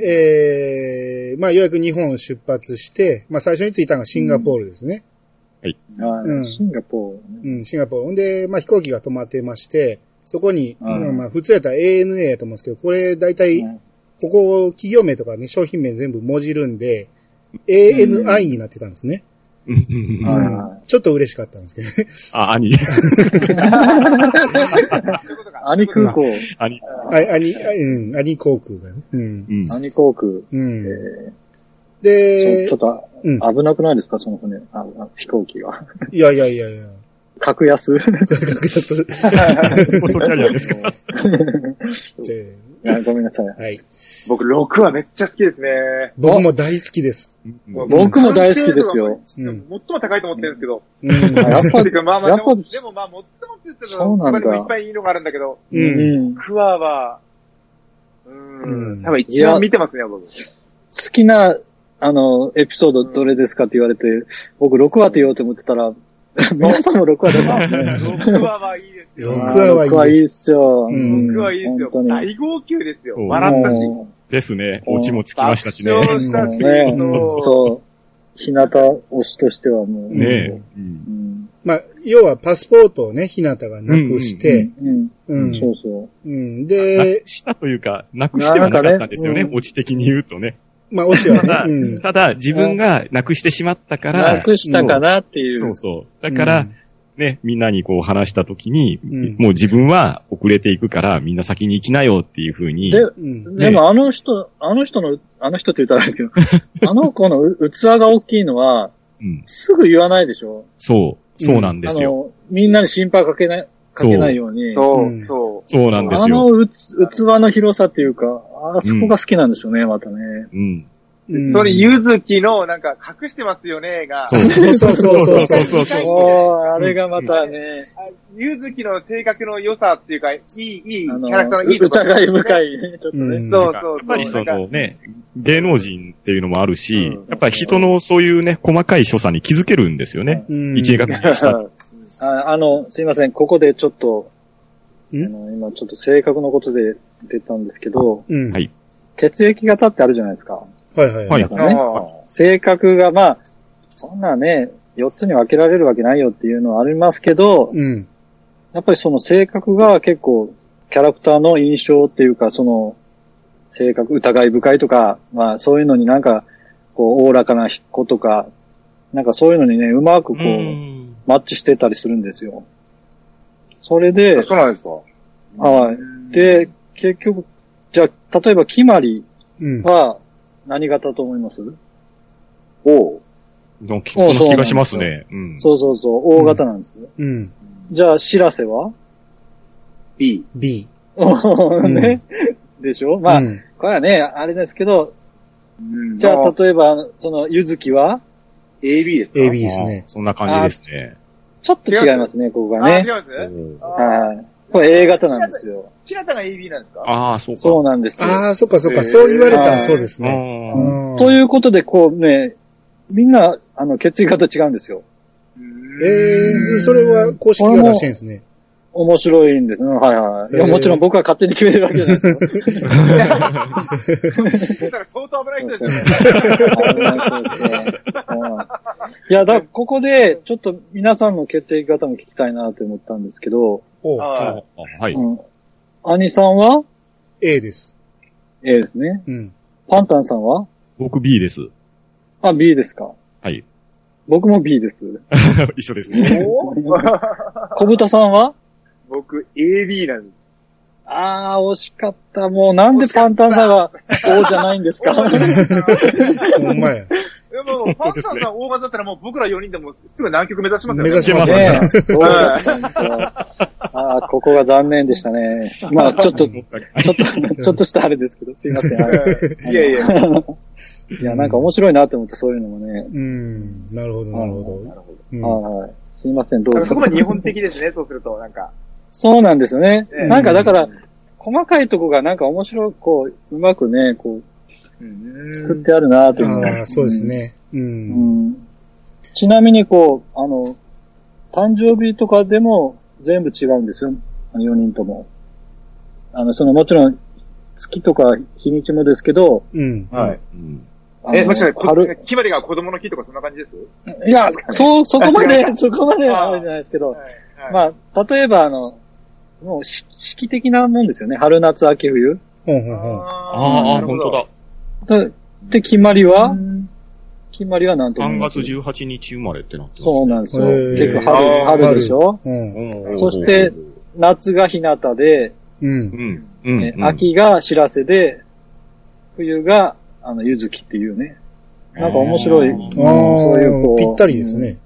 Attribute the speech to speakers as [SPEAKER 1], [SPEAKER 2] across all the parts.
[SPEAKER 1] で、えー、まあ、ようやく日本を出発して、まあ、最初に着いたのがシンガポールですね。
[SPEAKER 2] ああ
[SPEAKER 1] うん
[SPEAKER 2] シンガポールね。
[SPEAKER 1] うん、シンガポール。ほんで、まあ、飛行機が止まってまして、そこに、
[SPEAKER 2] うん
[SPEAKER 1] まあまあ、普通やったら ANA やと思うんですけど、これ、大体、
[SPEAKER 2] うん
[SPEAKER 1] ここ、企業名とかね、商品名全部文字るんで、ANI になってたんですね。
[SPEAKER 2] ん
[SPEAKER 1] う
[SPEAKER 2] はい
[SPEAKER 1] んちょっと嬉しかったんですけどね。
[SPEAKER 3] あ、兄。
[SPEAKER 2] アニ空港、
[SPEAKER 3] 兄。
[SPEAKER 1] あ、アニ、あうん、アニ航空がね。うん。
[SPEAKER 3] うん。
[SPEAKER 2] アニ航空、
[SPEAKER 1] うん。
[SPEAKER 2] ち
[SPEAKER 1] で
[SPEAKER 2] ょ、っと
[SPEAKER 1] うん。
[SPEAKER 2] あ危なくないですかその船、ああ飛行機が。
[SPEAKER 1] いやいやい やい や。
[SPEAKER 2] 格安
[SPEAKER 1] 格安。
[SPEAKER 3] コストキャリアですか。
[SPEAKER 1] で
[SPEAKER 2] いやごめんなさい。
[SPEAKER 1] はい。
[SPEAKER 4] 僕、6はめっちゃ好きですね。
[SPEAKER 1] 僕も大好きです。
[SPEAKER 2] 僕も大好きですよ。
[SPEAKER 4] 最
[SPEAKER 1] うん
[SPEAKER 4] も高いと思ってるんですけど。
[SPEAKER 1] うん。
[SPEAKER 2] あやっぱ
[SPEAKER 4] てかまあまあ、
[SPEAKER 2] やっ
[SPEAKER 4] で
[SPEAKER 2] ぱ
[SPEAKER 4] も、でもまあ、もっともって言ってたら、
[SPEAKER 2] そうなんだ
[SPEAKER 4] 他にもいっぱいいいのがあるんだけど、
[SPEAKER 1] う。
[SPEAKER 2] うんん。好
[SPEAKER 4] クワは、う
[SPEAKER 1] うん
[SPEAKER 4] ん、多分一番見てますね、僕。
[SPEAKER 2] きな、あの、エピソードどれですかって言われて、僕6話って言おうと思ってたら、皆さんも6話だな。
[SPEAKER 4] クワはいいですよ。
[SPEAKER 1] 六
[SPEAKER 2] あ
[SPEAKER 1] 話
[SPEAKER 2] ー
[SPEAKER 1] はいいです
[SPEAKER 2] 六話いいっすよ。
[SPEAKER 1] うん
[SPEAKER 4] クワはいいです
[SPEAKER 2] 本。
[SPEAKER 4] よ
[SPEAKER 2] 当に
[SPEAKER 4] 大号泣ですよ
[SPEAKER 3] う。ん
[SPEAKER 4] 笑ったし。
[SPEAKER 2] も
[SPEAKER 3] ですね。オチもつきましたしね。
[SPEAKER 4] 爆笑
[SPEAKER 1] ね
[SPEAKER 4] した
[SPEAKER 2] う
[SPEAKER 4] し、
[SPEAKER 2] ね
[SPEAKER 4] そう
[SPEAKER 2] そう。日向推しとしてはもう。
[SPEAKER 3] ねえ。うん
[SPEAKER 2] うん。
[SPEAKER 1] まあ、要はパスポートをね、ひなたがなくして、
[SPEAKER 2] うん。
[SPEAKER 1] う
[SPEAKER 3] うん
[SPEAKER 1] ん。
[SPEAKER 2] そうそう。
[SPEAKER 1] うん。
[SPEAKER 3] な
[SPEAKER 1] で
[SPEAKER 3] く、したというか、なくしてはなかったんですよね
[SPEAKER 1] なんか。ね
[SPEAKER 3] オチ的に言うとね。
[SPEAKER 1] まあ、オチは
[SPEAKER 3] た
[SPEAKER 1] ね
[SPEAKER 3] だ、、
[SPEAKER 1] うん。
[SPEAKER 3] ただ、自分がなくしてしまったから。
[SPEAKER 2] なくしたかなっていう。
[SPEAKER 3] そうそう。だから、ね、みんなにこう話したときに、
[SPEAKER 1] ん
[SPEAKER 3] もう自分は遅れていくから、みんな先に行きなよっていうふうに。
[SPEAKER 2] で、
[SPEAKER 1] うん、うん。
[SPEAKER 2] でもあの人、あの人の、あの人って言ったらあれですけど、あの子のう器が大きいのは、
[SPEAKER 3] うん。
[SPEAKER 2] すぐ言わないでしょ
[SPEAKER 3] そう、そうなんで
[SPEAKER 2] あ
[SPEAKER 3] すよ。
[SPEAKER 2] の、みんなに心配かけない、かけないように。
[SPEAKER 4] そうう、
[SPEAKER 1] ん
[SPEAKER 4] そう。
[SPEAKER 3] そうなんです
[SPEAKER 2] あ
[SPEAKER 3] よ。
[SPEAKER 2] のうつ器の広さっていうか、あそこが好きなんですよね、またね。
[SPEAKER 3] うん。
[SPEAKER 1] うん
[SPEAKER 4] それ、ゆずきの、なんか、隠してますよね、が
[SPEAKER 3] そ、う。
[SPEAKER 1] そうそうそうそうそう。
[SPEAKER 3] そうそう
[SPEAKER 2] おー、あれがまたね、
[SPEAKER 4] あゆずきの性格の良さっていうか、いい、いい、キ
[SPEAKER 2] あの、
[SPEAKER 4] ャラクターのいいところ
[SPEAKER 2] 疑い深いね、ちょっと
[SPEAKER 1] う
[SPEAKER 2] ね。
[SPEAKER 1] ん
[SPEAKER 4] そう
[SPEAKER 3] やっぱりそのね、芸能人っていうのもあるし、
[SPEAKER 4] うん
[SPEAKER 3] やっぱり人のそういうね、細かい所作に気づけるんですよね。
[SPEAKER 1] う ん
[SPEAKER 3] 一映画 館にした。
[SPEAKER 2] ああの、すいません、ここでちょっと、あ
[SPEAKER 1] ん
[SPEAKER 2] の今ちょっと性格のことで出たんですけど、
[SPEAKER 1] うん。
[SPEAKER 3] は
[SPEAKER 1] はいい
[SPEAKER 2] 血液型ってあるじゃないですか。
[SPEAKER 1] はいは。
[SPEAKER 3] はいい
[SPEAKER 2] だからね、性格がまあ、そんなね、4つに分けられるわけないよっていうのはありますけど、
[SPEAKER 1] うん。
[SPEAKER 2] やっぱりその性格が結構、キャラクターの印象っていうか、その、性格、疑い深いとか、まあそういうのになんか、こう、おおらかな子とか、なんかそういうのにね、うまくこ
[SPEAKER 3] う
[SPEAKER 2] う、
[SPEAKER 3] ん
[SPEAKER 2] マッチしてたりするんですよ。それで、
[SPEAKER 4] そうなんですか
[SPEAKER 2] はい。で、結局、じゃあ、例えば、キマリ
[SPEAKER 1] うん。
[SPEAKER 2] は何型だと思います、
[SPEAKER 4] おう。
[SPEAKER 3] の気そんな気がしますね。うん。
[SPEAKER 2] そうそうそう、大型なんです。
[SPEAKER 1] うん。
[SPEAKER 2] じゃあ、シラセは
[SPEAKER 4] B。
[SPEAKER 1] B。ん
[SPEAKER 2] ね、でしょまあ、
[SPEAKER 1] うん
[SPEAKER 2] これはね、あれですけど、
[SPEAKER 4] うん
[SPEAKER 2] じゃあ、例えば、その、ゆずきは
[SPEAKER 4] AB ですか
[SPEAKER 1] AB ですね
[SPEAKER 3] あ。そんな感じですね。
[SPEAKER 2] ちょっと違いますね、ここが
[SPEAKER 4] あ、違い
[SPEAKER 2] ね。
[SPEAKER 4] ます
[SPEAKER 3] おー
[SPEAKER 4] あ
[SPEAKER 2] はい。これ A 型なんですよ。
[SPEAKER 4] ー。キラタが AB なんですか
[SPEAKER 3] ああ、そうか。
[SPEAKER 2] そうなんですよ。
[SPEAKER 1] ああ、そっかそっ
[SPEAKER 4] え
[SPEAKER 1] か。
[SPEAKER 4] ー
[SPEAKER 1] そう言われたらそうですね。
[SPEAKER 3] あー
[SPEAKER 1] うん
[SPEAKER 2] ということで、こうね、みんな、あの、血液型違うんですよ。
[SPEAKER 1] ええー、それは公式が出してるんですね。
[SPEAKER 2] 面白いんです。うん、はいはい。いや、
[SPEAKER 1] へー
[SPEAKER 2] もちろん僕は勝手に決めてるわけじゃないですよ。
[SPEAKER 4] だから相当危ない人ですよ。
[SPEAKER 2] いや、だからここで、ちょっと皆さんの血液型も聞きたいなと思ったんですけど、
[SPEAKER 1] お
[SPEAKER 4] あー
[SPEAKER 3] あはい。
[SPEAKER 2] うん。兄さんは
[SPEAKER 1] A です。
[SPEAKER 2] ?A ですね。
[SPEAKER 1] うん。
[SPEAKER 2] パンタンさんは
[SPEAKER 3] 僕 B です。
[SPEAKER 2] あ、B ですか。
[SPEAKER 3] はい。
[SPEAKER 2] 僕も B です。
[SPEAKER 3] 一緒ですね。
[SPEAKER 2] 小豚さんは
[SPEAKER 4] 僕、AB なんです。
[SPEAKER 2] あー、惜しかった。もうなんでパンタンさんは O じゃないんですか
[SPEAKER 1] ほんま や。
[SPEAKER 4] でも、パンさんが大型だったらもう僕ら4人でもすぐ南極目指しますよ
[SPEAKER 1] 目
[SPEAKER 4] ね。
[SPEAKER 1] 指します
[SPEAKER 2] ねえ。そうだったんですよあー、ここが残念でしたね。まあ、ちょ っと、ちょっと、ちょっとしたあれですけど、すいません。あの
[SPEAKER 4] うんいやいや。
[SPEAKER 2] いや、なんか面白いなって思って、そういうのもね。
[SPEAKER 1] うん。なるほど、なるほど。うん
[SPEAKER 2] はい。すいません、どうぞ。
[SPEAKER 4] そこも日本的ですね、そうすると、なんか。
[SPEAKER 2] そうなんですよね。
[SPEAKER 4] ええ
[SPEAKER 2] なんかだから、細かいとこがなんか面白く、こう、うまくね、こう、作ってあるなっていうのが
[SPEAKER 1] ああ、そうです。ね。う。
[SPEAKER 2] うんん。うんちなみに、こう、あの、誕生日とかでも全部違うんですよ。あの4人とも。あの、その、もちろん、月とか日にちもですけど、
[SPEAKER 1] うん。
[SPEAKER 5] はい。
[SPEAKER 3] うん。
[SPEAKER 2] あの
[SPEAKER 4] え、もしかしてこ
[SPEAKER 2] 春、、
[SPEAKER 4] 決まりが子供の日とかそんな感じです
[SPEAKER 2] いや、 そう、そこま
[SPEAKER 4] あ違
[SPEAKER 2] で
[SPEAKER 4] いま、
[SPEAKER 2] そこまではあるじゃないですけど、
[SPEAKER 4] はいは
[SPEAKER 2] ま
[SPEAKER 4] い。
[SPEAKER 2] あ、例えば、あの、もうし、四季的なもんですよね。春、夏、秋、冬。
[SPEAKER 1] ほんほんほん。
[SPEAKER 3] あ
[SPEAKER 4] あ
[SPEAKER 3] あ、本当だ。
[SPEAKER 2] だって決まりは、決まりはなんと
[SPEAKER 3] 3
[SPEAKER 2] 思う
[SPEAKER 3] 月18日生まれってなってますね。
[SPEAKER 2] そうなんですよ。
[SPEAKER 1] へ
[SPEAKER 2] 結
[SPEAKER 1] ー
[SPEAKER 2] 構春、
[SPEAKER 4] あー
[SPEAKER 2] 春でしょ
[SPEAKER 1] うん。
[SPEAKER 3] うん
[SPEAKER 2] そして、夏が日向で、
[SPEAKER 1] うん
[SPEAKER 3] う。ん。うん
[SPEAKER 2] え。秋が知らせで、冬が、あの、ゆずきっていうね。なんか面白い、
[SPEAKER 3] あー
[SPEAKER 1] あ
[SPEAKER 2] そういうこ
[SPEAKER 1] あ、
[SPEAKER 2] う
[SPEAKER 1] ぴったりですね。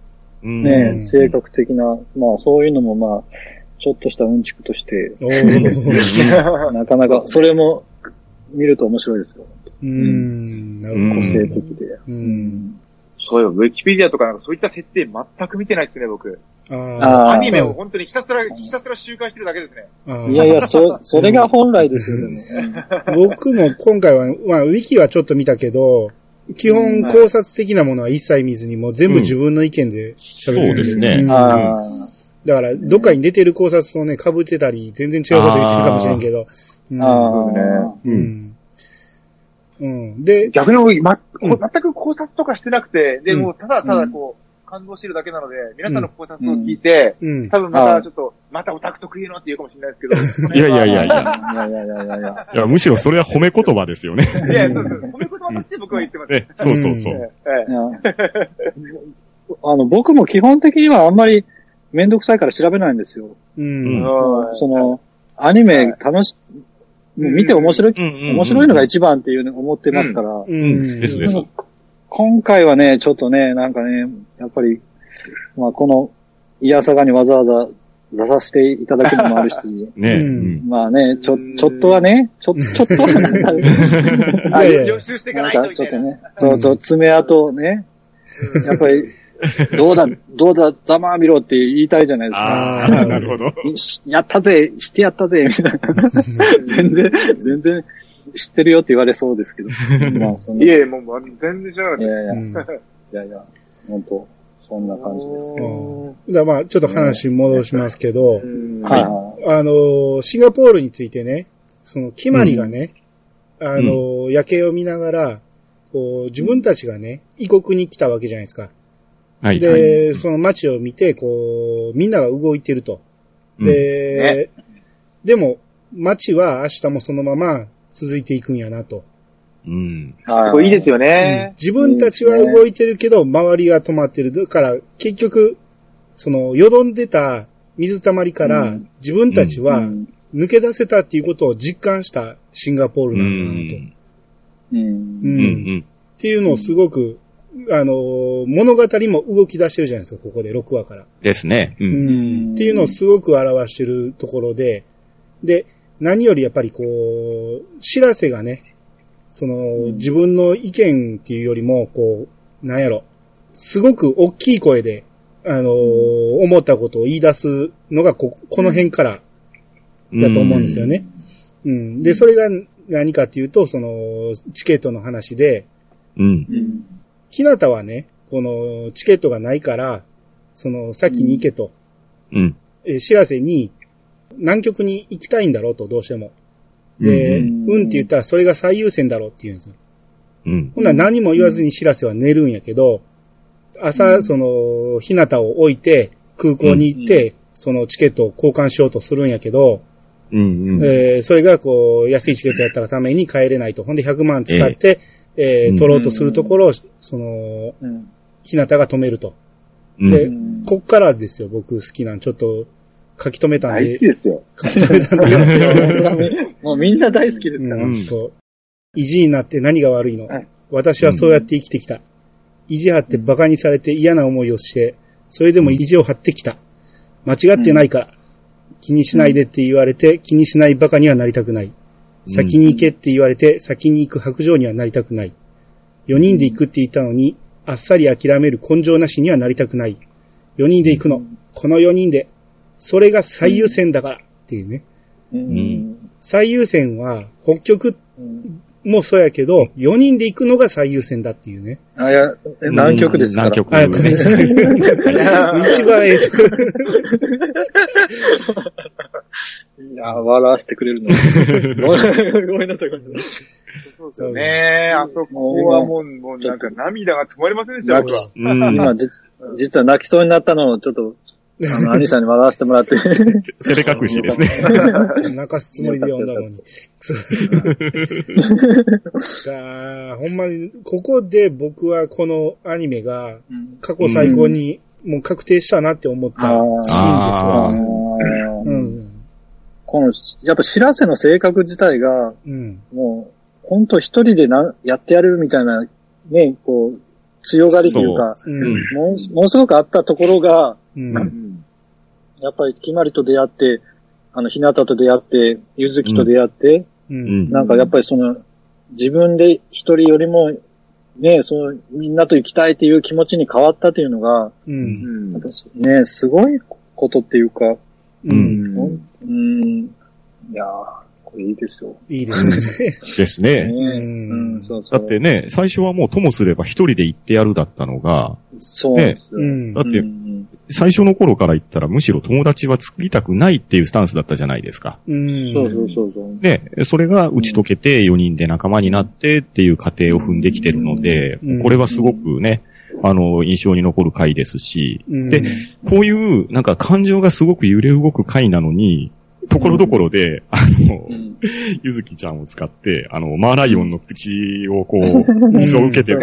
[SPEAKER 3] うん。
[SPEAKER 2] ね
[SPEAKER 1] う、ん
[SPEAKER 2] 性格的な、まあそういうのもまあ、ちょっとしたうんちくとして、
[SPEAKER 1] お ー
[SPEAKER 2] なかなか、それも見ると面白いですよ。
[SPEAKER 1] うーん。なる
[SPEAKER 2] 個
[SPEAKER 1] ほど。
[SPEAKER 2] 性的で。
[SPEAKER 1] うん。
[SPEAKER 4] そうよ、ウィキペディアとかなんかそういった設定全く見てないですね、僕。
[SPEAKER 1] あ
[SPEAKER 2] あ
[SPEAKER 4] ア
[SPEAKER 2] あ
[SPEAKER 4] ニメを本当にひたすら、ひたすら周回してるだけですね。
[SPEAKER 1] あ。
[SPEAKER 2] いやいや、そ、それが本来ですよ、ね。
[SPEAKER 1] 僕も今回は、まあ、ウィキはちょっと見たけど、基本考察的なものは一切見ずに、もう全部自分の意見で喋ってるん、
[SPEAKER 3] そうですね
[SPEAKER 1] ん
[SPEAKER 2] あ
[SPEAKER 1] だから、どっかに出てる考察とね、被ってたり、全然違うこと言ってるかもしれんけど。うん
[SPEAKER 2] あ、ああ、
[SPEAKER 1] う。
[SPEAKER 3] うん
[SPEAKER 1] うん。で、
[SPEAKER 4] 逆に僕、ま、こ
[SPEAKER 1] うん
[SPEAKER 4] う全く考察とかしてなくて、で、
[SPEAKER 1] うん
[SPEAKER 4] もうただただこう、感動してるだけなので、皆さんの考察を聞いて、
[SPEAKER 1] うん。
[SPEAKER 4] 多分またちょっと、またオタク特有のって言うかもしれないですけど。
[SPEAKER 3] いやいやいやいや。
[SPEAKER 2] いやいやいやいやいや。
[SPEAKER 3] いや、むしろそれは褒め言葉ですよね。
[SPEAKER 4] いや、そうそう。褒め言葉として僕は言ってます。
[SPEAKER 3] ね、そうそうそう。
[SPEAKER 1] う
[SPEAKER 4] え
[SPEAKER 2] い
[SPEAKER 4] え
[SPEAKER 2] やあの、僕も基本的にはあんまりめんどくさいから調べないんですよ。
[SPEAKER 1] うん。
[SPEAKER 4] はい
[SPEAKER 2] その、アニメ楽し、もう見て面白い、
[SPEAKER 3] うんうんうん
[SPEAKER 2] 面白いのが一番っていうの思ってますから。
[SPEAKER 1] うん。
[SPEAKER 3] ですです
[SPEAKER 2] でも今回はね、ちょっとね、なんかね、やっぱり、まあこの、いやさがにわざわざ出させていただくのもあるし、
[SPEAKER 3] ね
[SPEAKER 1] う
[SPEAKER 3] うんん。
[SPEAKER 2] まあね、ちょ
[SPEAKER 4] う、ん
[SPEAKER 2] ちょっとはね、ちょ、ちょっとはなんか、
[SPEAKER 1] い
[SPEAKER 4] あ
[SPEAKER 1] やいやいや
[SPEAKER 4] 予習していか
[SPEAKER 2] な
[SPEAKER 4] なんい
[SPEAKER 2] か
[SPEAKER 4] と
[SPEAKER 2] ちょっ
[SPEAKER 4] みたい
[SPEAKER 2] と
[SPEAKER 4] な。
[SPEAKER 2] ね、そうそう、爪痕をね、やっぱり、どうだ、どうだ、ざまあみろって言いたいじゃないですか。
[SPEAKER 3] ああ、なるほど。
[SPEAKER 2] しやったぜ、してやったぜ、みたいな。全然、全然、知ってるよって言われそうですけど。まあ、その
[SPEAKER 4] い
[SPEAKER 2] いや
[SPEAKER 4] やいや、もうもう全然知らなか
[SPEAKER 2] い
[SPEAKER 4] っ
[SPEAKER 2] やいや、
[SPEAKER 1] う
[SPEAKER 2] い
[SPEAKER 1] ん。だか
[SPEAKER 2] やいや、本当そんな
[SPEAKER 4] た。
[SPEAKER 2] 感じで
[SPEAKER 1] う
[SPEAKER 2] す。
[SPEAKER 1] んらまあ、ちょっと話戻しますけど、
[SPEAKER 4] うん
[SPEAKER 2] はいはい。
[SPEAKER 1] あのー、シンガポールについてね、その、決まりがね、あのー、夜景を見ながら、こう、自分たちがね、異国に来たわけじゃないですか。
[SPEAKER 3] はい。はい
[SPEAKER 1] で、その街を見て、こう、みんなが動いてると。で、でも、街は明日もそのまま続いていくんやなと。
[SPEAKER 3] うん。
[SPEAKER 4] そこいいです
[SPEAKER 2] よ。
[SPEAKER 4] よね。
[SPEAKER 1] 自分たちは動いてるけど、周りが止まってる。だから、結局、その、よどんでた水たまりか
[SPEAKER 2] う
[SPEAKER 1] ら
[SPEAKER 2] ん、
[SPEAKER 1] 自分たち
[SPEAKER 2] う
[SPEAKER 1] は
[SPEAKER 2] ん。
[SPEAKER 1] 抜け出せたっていうことを実感したシンガポー
[SPEAKER 3] う
[SPEAKER 1] ル
[SPEAKER 3] ん。う
[SPEAKER 1] なんだなと。
[SPEAKER 3] ん。
[SPEAKER 1] う
[SPEAKER 2] う。
[SPEAKER 1] ん。
[SPEAKER 3] うんん。
[SPEAKER 1] っていうのをすごく、あのー、物語も動き出してるじゃないですか、ここで、6話から。
[SPEAKER 3] ですね。う。
[SPEAKER 1] うんんっていうのをすごく表してるところで、で、何よりやっぱりこう、知らせがね、その、
[SPEAKER 2] ん
[SPEAKER 1] 自分の意見っていうよりも、こう、なんやろ、すごく大きい声で、あのー思ったことを言い出すのがこ、この辺からだと思うんですよね。うん。で、それが何かっていうと、その、チケットの話で、
[SPEAKER 3] うん。
[SPEAKER 2] うん。
[SPEAKER 1] ひなたはね、この、チケットがないから、その、先に行けと。
[SPEAKER 3] うん。
[SPEAKER 1] えー、知らせに、南極に行きたいんだろうと、どうしても。で、
[SPEAKER 3] う
[SPEAKER 1] うん
[SPEAKER 2] ん、
[SPEAKER 1] って言ったらそれが最優先だろうって言うんですよ。
[SPEAKER 3] うん。
[SPEAKER 1] ほんなら何も言わずに知らせは寝るんやけど、朝、
[SPEAKER 2] うん
[SPEAKER 1] その、ひなたを置いて、空港に行って、そのチケットを交換しようとするんやけど、
[SPEAKER 3] うん。うん。
[SPEAKER 1] えーそれがこう、安いチケットやったがために帰れないと。ほんで100万使って、えー
[SPEAKER 3] うん
[SPEAKER 1] 取ろうとするところを、その、
[SPEAKER 2] うん。
[SPEAKER 1] ひなたが止めると。
[SPEAKER 3] うん
[SPEAKER 1] でこっからですよ、僕好きなん。ちょっと、書き留めたん
[SPEAKER 2] 大
[SPEAKER 1] で
[SPEAKER 2] 好き、ですよ。
[SPEAKER 1] 書き留めたんで
[SPEAKER 2] もうみんな大好きですから。
[SPEAKER 1] うん
[SPEAKER 3] ん
[SPEAKER 1] そう意地になって何が悪いの、
[SPEAKER 2] はい
[SPEAKER 1] 私はそうやって生きてきた。意地張って馬鹿にされて嫌な思いをして、それでも意地を張ってきた。間違ってないから。気にしないでって言われて、気にしない馬鹿にはなりたくない。
[SPEAKER 3] ん
[SPEAKER 1] 先に行けって言われて、先に行く白状にはなりたくない。4人で行くって言ったのに、あっさり諦める根性なしにはなりたくない。4人で行くの。この4人で。それが最優先だから。っていうね。
[SPEAKER 2] うん。
[SPEAKER 1] 最優先は、北極
[SPEAKER 2] うん
[SPEAKER 1] もうそうやけど、4人で行くのが最優先だっていうね。
[SPEAKER 2] あ、いや、南極ですから。
[SPEAKER 3] 南極。
[SPEAKER 1] あ、ごめんなさい。一番ええとこ
[SPEAKER 2] いや、笑わせてくれるの。ごめんなさい、ごめんなさい。
[SPEAKER 4] そうですよね。あそこはもう、もうなんか涙が止まりませんでしたよ、
[SPEAKER 2] 泣
[SPEAKER 4] 僕は
[SPEAKER 2] き、
[SPEAKER 5] うん。
[SPEAKER 2] 今、じ実は泣きそうになったのを、ちょっと、あの、兄さんに笑わせてもらって。
[SPEAKER 5] 照れ隠しですね。
[SPEAKER 1] 泣かすつもりで読んだのに。 がほんまに、ここで僕はこのアニメが
[SPEAKER 2] うん
[SPEAKER 1] 過去最高にもう確定したなって思ったシーンです
[SPEAKER 2] あ
[SPEAKER 1] わ
[SPEAKER 5] あ。
[SPEAKER 2] ー
[SPEAKER 1] うん。
[SPEAKER 2] この、やっぱ、知らせの性格自体が、
[SPEAKER 1] うん。
[SPEAKER 2] もう、ほんと一人でなやってやるみたいな、ね、こう、強がりというか、
[SPEAKER 1] うん。
[SPEAKER 2] もうものすごくあったところが、
[SPEAKER 1] う。
[SPEAKER 4] うんん
[SPEAKER 2] やっぱり、きまりと出会って、あの、ひなたと出会って、ゆずきと出会って、
[SPEAKER 1] う。
[SPEAKER 5] うんん。
[SPEAKER 2] なんかやっぱりその、自分で一人よりも、ね、その、みんなと行きたいっていう気持ちに変わったというのが、
[SPEAKER 1] うん。
[SPEAKER 2] やっぱね、すごいことっていうか、
[SPEAKER 1] う。
[SPEAKER 5] うん
[SPEAKER 2] ほんうん、いやー、これいいですよ。
[SPEAKER 1] いいです ね。
[SPEAKER 5] ですね。
[SPEAKER 2] ね
[SPEAKER 1] うん
[SPEAKER 2] うん、そうそ
[SPEAKER 5] だ
[SPEAKER 2] う。
[SPEAKER 5] ってね、最初はもうともすれば一人で行ってやるだったのが、
[SPEAKER 2] そうなんですよ。
[SPEAKER 1] うん
[SPEAKER 5] だ。って
[SPEAKER 2] うん
[SPEAKER 5] 最初の頃から言ったらむしろ友達は作りたくないっていうスタンスだったじゃないですか。
[SPEAKER 1] うん。
[SPEAKER 2] そうそうそうそう。
[SPEAKER 5] で、それが打ち解けて4人で仲間になってっていう過程を踏んできてるので
[SPEAKER 1] うん、
[SPEAKER 5] これはすごくね、あの、印象に残る回ですし、
[SPEAKER 1] うん。
[SPEAKER 5] でこういうなんか感情がすごく揺れ動く回なのに、ところどころで、あの
[SPEAKER 2] う、ん
[SPEAKER 5] ゆずきちゃんを使って、あの、マーライオンの口をこう、水を受けて、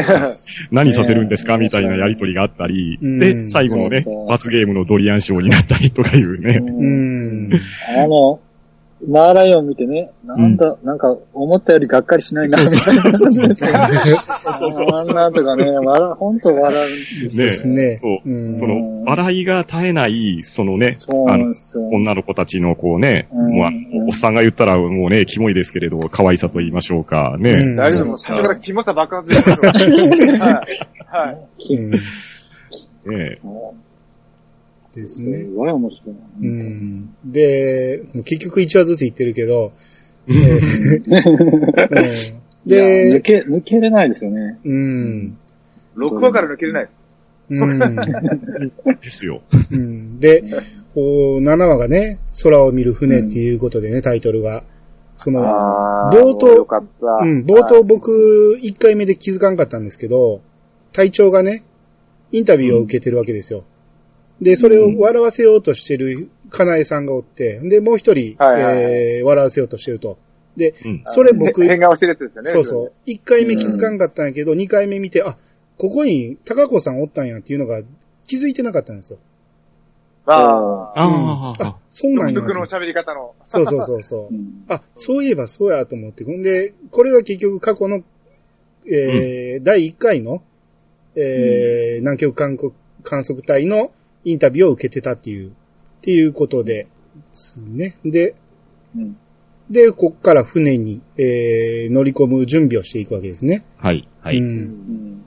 [SPEAKER 5] 何させるんですかみたいなやりとりがあったり、
[SPEAKER 1] うん
[SPEAKER 5] で、最後のね
[SPEAKER 2] そうそう、
[SPEAKER 5] 罰ゲームのドリアンショーになったりとかいうね。
[SPEAKER 1] う
[SPEAKER 2] う
[SPEAKER 1] ん。
[SPEAKER 2] んあの、マーライオン見てね、なんだ、なんか思ったよりがっかりしないな、みたいな。
[SPEAKER 5] そうそう
[SPEAKER 2] あんなんとかね、笑、本当笑う。
[SPEAKER 5] ね
[SPEAKER 1] ですね。
[SPEAKER 5] そう
[SPEAKER 1] うん
[SPEAKER 5] その、笑いが絶えない、そのね、
[SPEAKER 2] そうな
[SPEAKER 5] あ
[SPEAKER 2] ん
[SPEAKER 5] の、
[SPEAKER 2] ですよ。
[SPEAKER 5] 女の子たちのこうね、
[SPEAKER 2] うん
[SPEAKER 5] もうあのおっさんが言ったらもうね、キモいですけれど、可愛さと言いましょうか、
[SPEAKER 1] う
[SPEAKER 5] ね
[SPEAKER 1] ん。
[SPEAKER 4] 大丈夫、もう最初からキモさ爆発ですよ。はい。はい。
[SPEAKER 1] うん
[SPEAKER 5] ね
[SPEAKER 2] も
[SPEAKER 1] で
[SPEAKER 2] う
[SPEAKER 1] す
[SPEAKER 2] す
[SPEAKER 1] ね。
[SPEAKER 2] ごい面白
[SPEAKER 1] う
[SPEAKER 2] い。
[SPEAKER 1] ん。で、もう結局1話ずつ言ってるけど、うん
[SPEAKER 2] で、抜
[SPEAKER 1] で、
[SPEAKER 2] け、抜けれないですよね。
[SPEAKER 1] うん。
[SPEAKER 4] 6話から抜けれない。
[SPEAKER 1] うん。
[SPEAKER 5] ですよ。
[SPEAKER 1] うんで、こう、7話がね、空を見る船っていうことでね、タイトルが。その、
[SPEAKER 2] あ
[SPEAKER 1] ー冒頭
[SPEAKER 2] よかった。
[SPEAKER 1] うん、冒頭僕、1回目で気づかんかったんですけど、隊長がね、インタビューを受けてるわけですよ。で、それを笑わせようとしてる、かなえさんがおって、で、もう一人、
[SPEAKER 4] はいはいはい
[SPEAKER 1] えー笑わせようとしてると。
[SPEAKER 5] うん。
[SPEAKER 1] それ僕、
[SPEAKER 4] 変顔してるやつですよね。
[SPEAKER 1] そうそう。一回目気づかんかったんやけど、二回目見て、あ、ここに高子さんおったんやっていうのが気づいてなかったんですよ。
[SPEAKER 4] ああ。
[SPEAKER 5] あ
[SPEAKER 1] うん
[SPEAKER 5] あ、
[SPEAKER 1] そうなんや
[SPEAKER 4] 独。特の喋り方の。
[SPEAKER 1] そうそうそうそう
[SPEAKER 2] う。ん。
[SPEAKER 1] あ、そういえばそうやと思って。ほんで、これが結局過去の、えー第1回の、えー南極観測観測隊のインタビューを受けてたっていう、っていうことで、ですね。で、
[SPEAKER 2] うん
[SPEAKER 1] で、こっから船に、えー乗り込む準備をしていくわけですね。
[SPEAKER 5] はい、は
[SPEAKER 1] う
[SPEAKER 5] い。
[SPEAKER 1] ん
[SPEAKER 2] うん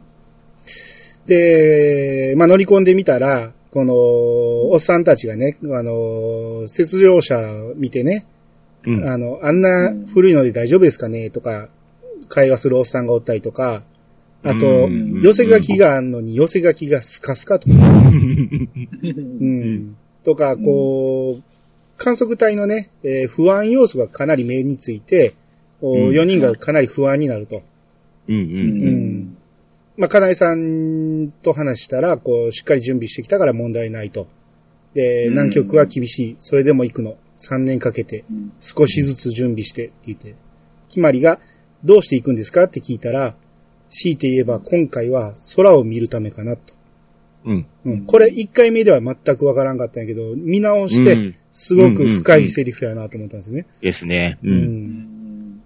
[SPEAKER 1] で、まあ、乗り込んでみたら、この、おっさんたちがね、あの、雪上車見てね、
[SPEAKER 5] うん。
[SPEAKER 1] あの、あんな
[SPEAKER 2] うん
[SPEAKER 1] 古いので大丈夫ですかねとか、会話するおっさんがおったりとか、あ
[SPEAKER 5] う
[SPEAKER 1] と、
[SPEAKER 5] ん
[SPEAKER 1] 寄せ書き。があんのに寄せ書きがスカスカとか、う
[SPEAKER 2] うん
[SPEAKER 1] ん、とか、こう、観測隊のね、えー不安要素がかなり目について、
[SPEAKER 5] うん
[SPEAKER 1] 4人がかなり不安になると。
[SPEAKER 5] うんうん。
[SPEAKER 1] んまあ、かなえさんと話したら、こう、しっかり準備してきたから問題ないと。で、
[SPEAKER 2] うん
[SPEAKER 1] 南極は厳しい。それでも行くの。3年かけて、
[SPEAKER 2] うん
[SPEAKER 1] 少しずつ準備して、って言って。きまりが、どうして行くんですかって聞いたら、強いて言えば今回は空を見るためかなと。
[SPEAKER 5] うん。
[SPEAKER 1] うん。これ1回目では全くわからんかったんやけど、見直し
[SPEAKER 5] う
[SPEAKER 1] て、
[SPEAKER 5] ん
[SPEAKER 1] すごく深いセリフやなと思ったんですね。
[SPEAKER 5] ですね。う。
[SPEAKER 1] うんん。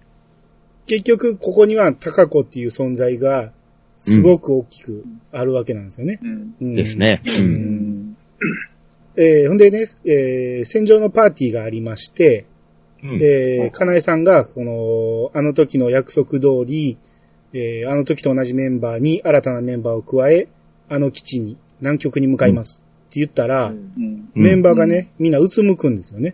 [SPEAKER 1] 結局、ここには高子っていう存在が、すごく大きくあるわけなんですよね。
[SPEAKER 2] うん
[SPEAKER 1] うん
[SPEAKER 5] です。ね。う。
[SPEAKER 2] うんん
[SPEAKER 1] えーほんでね、えー戦場のパーティーがありまして、
[SPEAKER 5] うん
[SPEAKER 1] えー、かなえさんが、この、あの時の約束通り、えーあの時と同じメンバーに新たなメンバーを加え、あの基地に、南極に向かいます。って言ったら、
[SPEAKER 2] うん
[SPEAKER 1] メンバーがね、みんなうつむくんですよね。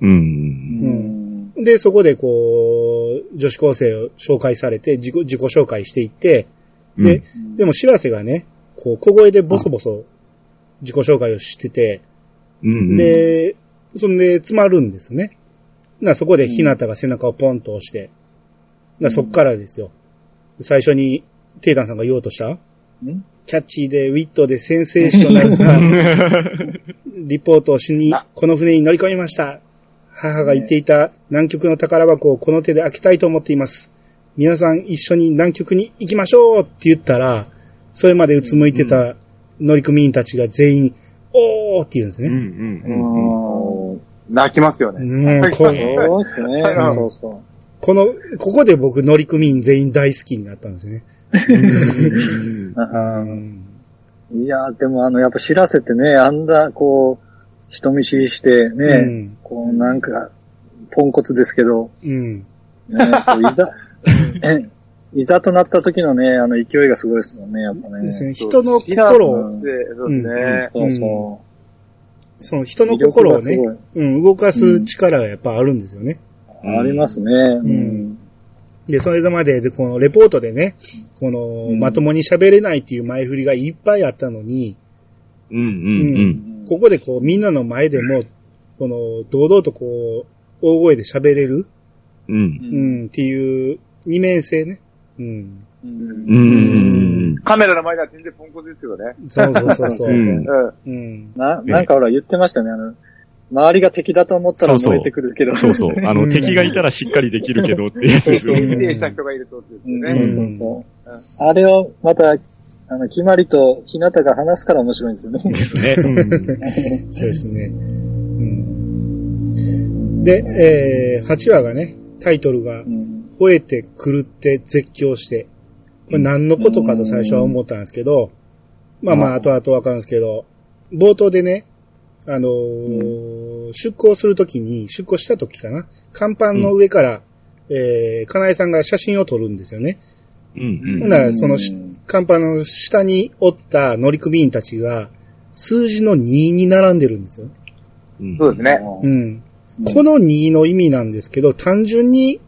[SPEAKER 5] う
[SPEAKER 2] う
[SPEAKER 5] ん。
[SPEAKER 2] ん
[SPEAKER 1] で、そこでこう、女子高生を紹介されて、自己、自己紹介していって、で、でも、白瀬がね、こう、小声でボソボソ自己紹介をしてて、
[SPEAKER 5] うん、
[SPEAKER 1] で、そんで、詰まるんですね。な、そこで、ひなたが背中をポンと押して、な、そっからですよ。最初に、テイタンさんが言おうとした
[SPEAKER 2] ん
[SPEAKER 1] キャッチーで、ウィットで、センセーショナルな、リポートをしに、この船に乗り込みました。母が言っていた南極の宝箱をこの手で開けたいと思っています。皆さん一緒に南極に行きましょうって言ったら、それまでうつむいてた乗組員たちが全員、おーって言うんです
[SPEAKER 3] うんう
[SPEAKER 1] ね。
[SPEAKER 3] ん
[SPEAKER 2] う
[SPEAKER 3] うんうん。
[SPEAKER 2] ん。
[SPEAKER 4] 泣きますよね。
[SPEAKER 1] うん、こ
[SPEAKER 4] うん
[SPEAKER 2] そうですね。
[SPEAKER 1] うん
[SPEAKER 2] そうそ
[SPEAKER 1] この、ここで僕乗組員全員大好きになったんですね。
[SPEAKER 2] う。
[SPEAKER 1] う
[SPEAKER 2] うん
[SPEAKER 1] ん
[SPEAKER 2] いやー、でもあの、やっぱ知らせてね、あんな、こう、人見知りしてね、
[SPEAKER 1] うん
[SPEAKER 2] こう、なんか、ポンコツですけど、
[SPEAKER 1] うん。
[SPEAKER 2] ね、こういざ、いざとなった時のね、あの、勢いがすごいですもんね、やっぱね。
[SPEAKER 1] ですね。
[SPEAKER 4] そう
[SPEAKER 1] 人の心
[SPEAKER 2] う
[SPEAKER 1] を、
[SPEAKER 2] ん
[SPEAKER 4] でそうですね。
[SPEAKER 2] そうそ
[SPEAKER 1] その人
[SPEAKER 2] う。
[SPEAKER 1] の心を
[SPEAKER 2] 魅
[SPEAKER 1] ね
[SPEAKER 2] 力、がす
[SPEAKER 1] うん、動かす力がやっぱあるんですよね。
[SPEAKER 2] ごいありますね。うん。
[SPEAKER 1] で、それまで、でこのレポートでね、この、
[SPEAKER 2] ん
[SPEAKER 1] まともに喋れないっていう前振りがいっぱいあったのに、
[SPEAKER 3] うんうんうん。
[SPEAKER 1] ここでこう、みんなの前でも、この、堂々とこう、大声で喋れる、
[SPEAKER 3] うん。
[SPEAKER 1] う。ん、っていう、二面性ね。うん。
[SPEAKER 2] うん
[SPEAKER 3] うんうん
[SPEAKER 4] カメラの前では全然ポンコツですよね。
[SPEAKER 1] そうそうそうそうう。
[SPEAKER 3] んうん。
[SPEAKER 4] うん。
[SPEAKER 1] うん。
[SPEAKER 2] な、なんかほら言ってましたね、あの、周りが敵だと思ったら
[SPEAKER 3] そうそう
[SPEAKER 2] 燃えてくるけど。
[SPEAKER 3] そうそう。あ
[SPEAKER 1] う
[SPEAKER 3] の、
[SPEAKER 1] ん
[SPEAKER 3] 敵がいたらしっかりできるけどってやつですよ
[SPEAKER 1] う
[SPEAKER 3] ね。
[SPEAKER 1] ん
[SPEAKER 4] 綺麗した人がいるとってこ と
[SPEAKER 2] うん
[SPEAKER 4] ですよね。
[SPEAKER 2] そうそうそう。あれをまた、あの、決まりと日向が話すから面白いんですよね。
[SPEAKER 3] ですね。うん
[SPEAKER 1] そうですね。うん。で、えー、8話がね、タイトルが
[SPEAKER 2] う、ん。
[SPEAKER 1] 吠えて狂って絶叫して、これ何のことかと最初は思ったんですけど、まあまあ、後々わかるんですけど、冒頭でね、あのー出航するときに、出航したときかな、甲板の上から、えー、かなえさんが写真を撮るんですよね。
[SPEAKER 3] うん
[SPEAKER 1] ほんなら、そのし
[SPEAKER 2] うん
[SPEAKER 1] 甲板の下におった乗組員たちが、数字の2に並んでるんですよ。
[SPEAKER 3] うん。
[SPEAKER 4] そうですね。
[SPEAKER 1] うん。この2の意味なんですけど、単純に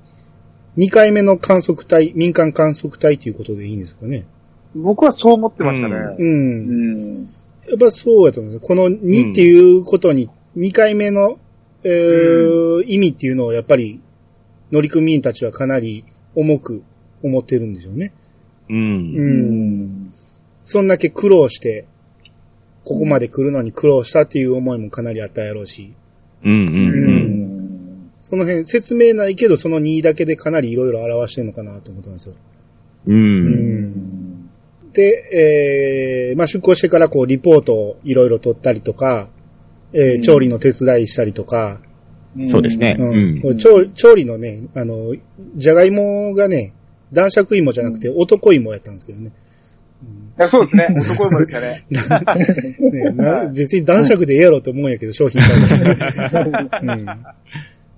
[SPEAKER 1] 2回目の観測隊、民間観測隊ということでいいんですかね。
[SPEAKER 4] 僕はそう思ってましたね。
[SPEAKER 3] う
[SPEAKER 1] うん
[SPEAKER 2] う。ん。
[SPEAKER 1] やっぱそうやと思うんですこの2っていうことに、2回目の、えー意味っていうのをやっぱり乗組員たちはかなり重く思ってるんでしょうね。
[SPEAKER 3] うん。
[SPEAKER 1] う。
[SPEAKER 2] うんん。
[SPEAKER 1] そんだけ苦労して、ここまで来るのに苦労したっていう思いもかなりあったやろうし。
[SPEAKER 3] うんうん
[SPEAKER 1] う
[SPEAKER 3] うんん。
[SPEAKER 1] その辺、説明ないけど、その2だけでかなりいろいろ表してるのかなと思ったんですよ。
[SPEAKER 3] う。
[SPEAKER 1] うんんで、えーまあ、出航してからこう、リポートをいろいろ取ったりとか、えー
[SPEAKER 2] うん
[SPEAKER 1] 調理の手伝いしたりとか、
[SPEAKER 3] そうですね
[SPEAKER 1] うん
[SPEAKER 3] うん
[SPEAKER 1] こう調調理のね、あの、じゃがいもがね、男爵芋じゃなくて男芋やったんですけどね。
[SPEAKER 4] いやそうですね。男芋でしたね。
[SPEAKER 1] ねな別に男爵でええやろと思うんやけど、商品 から。うん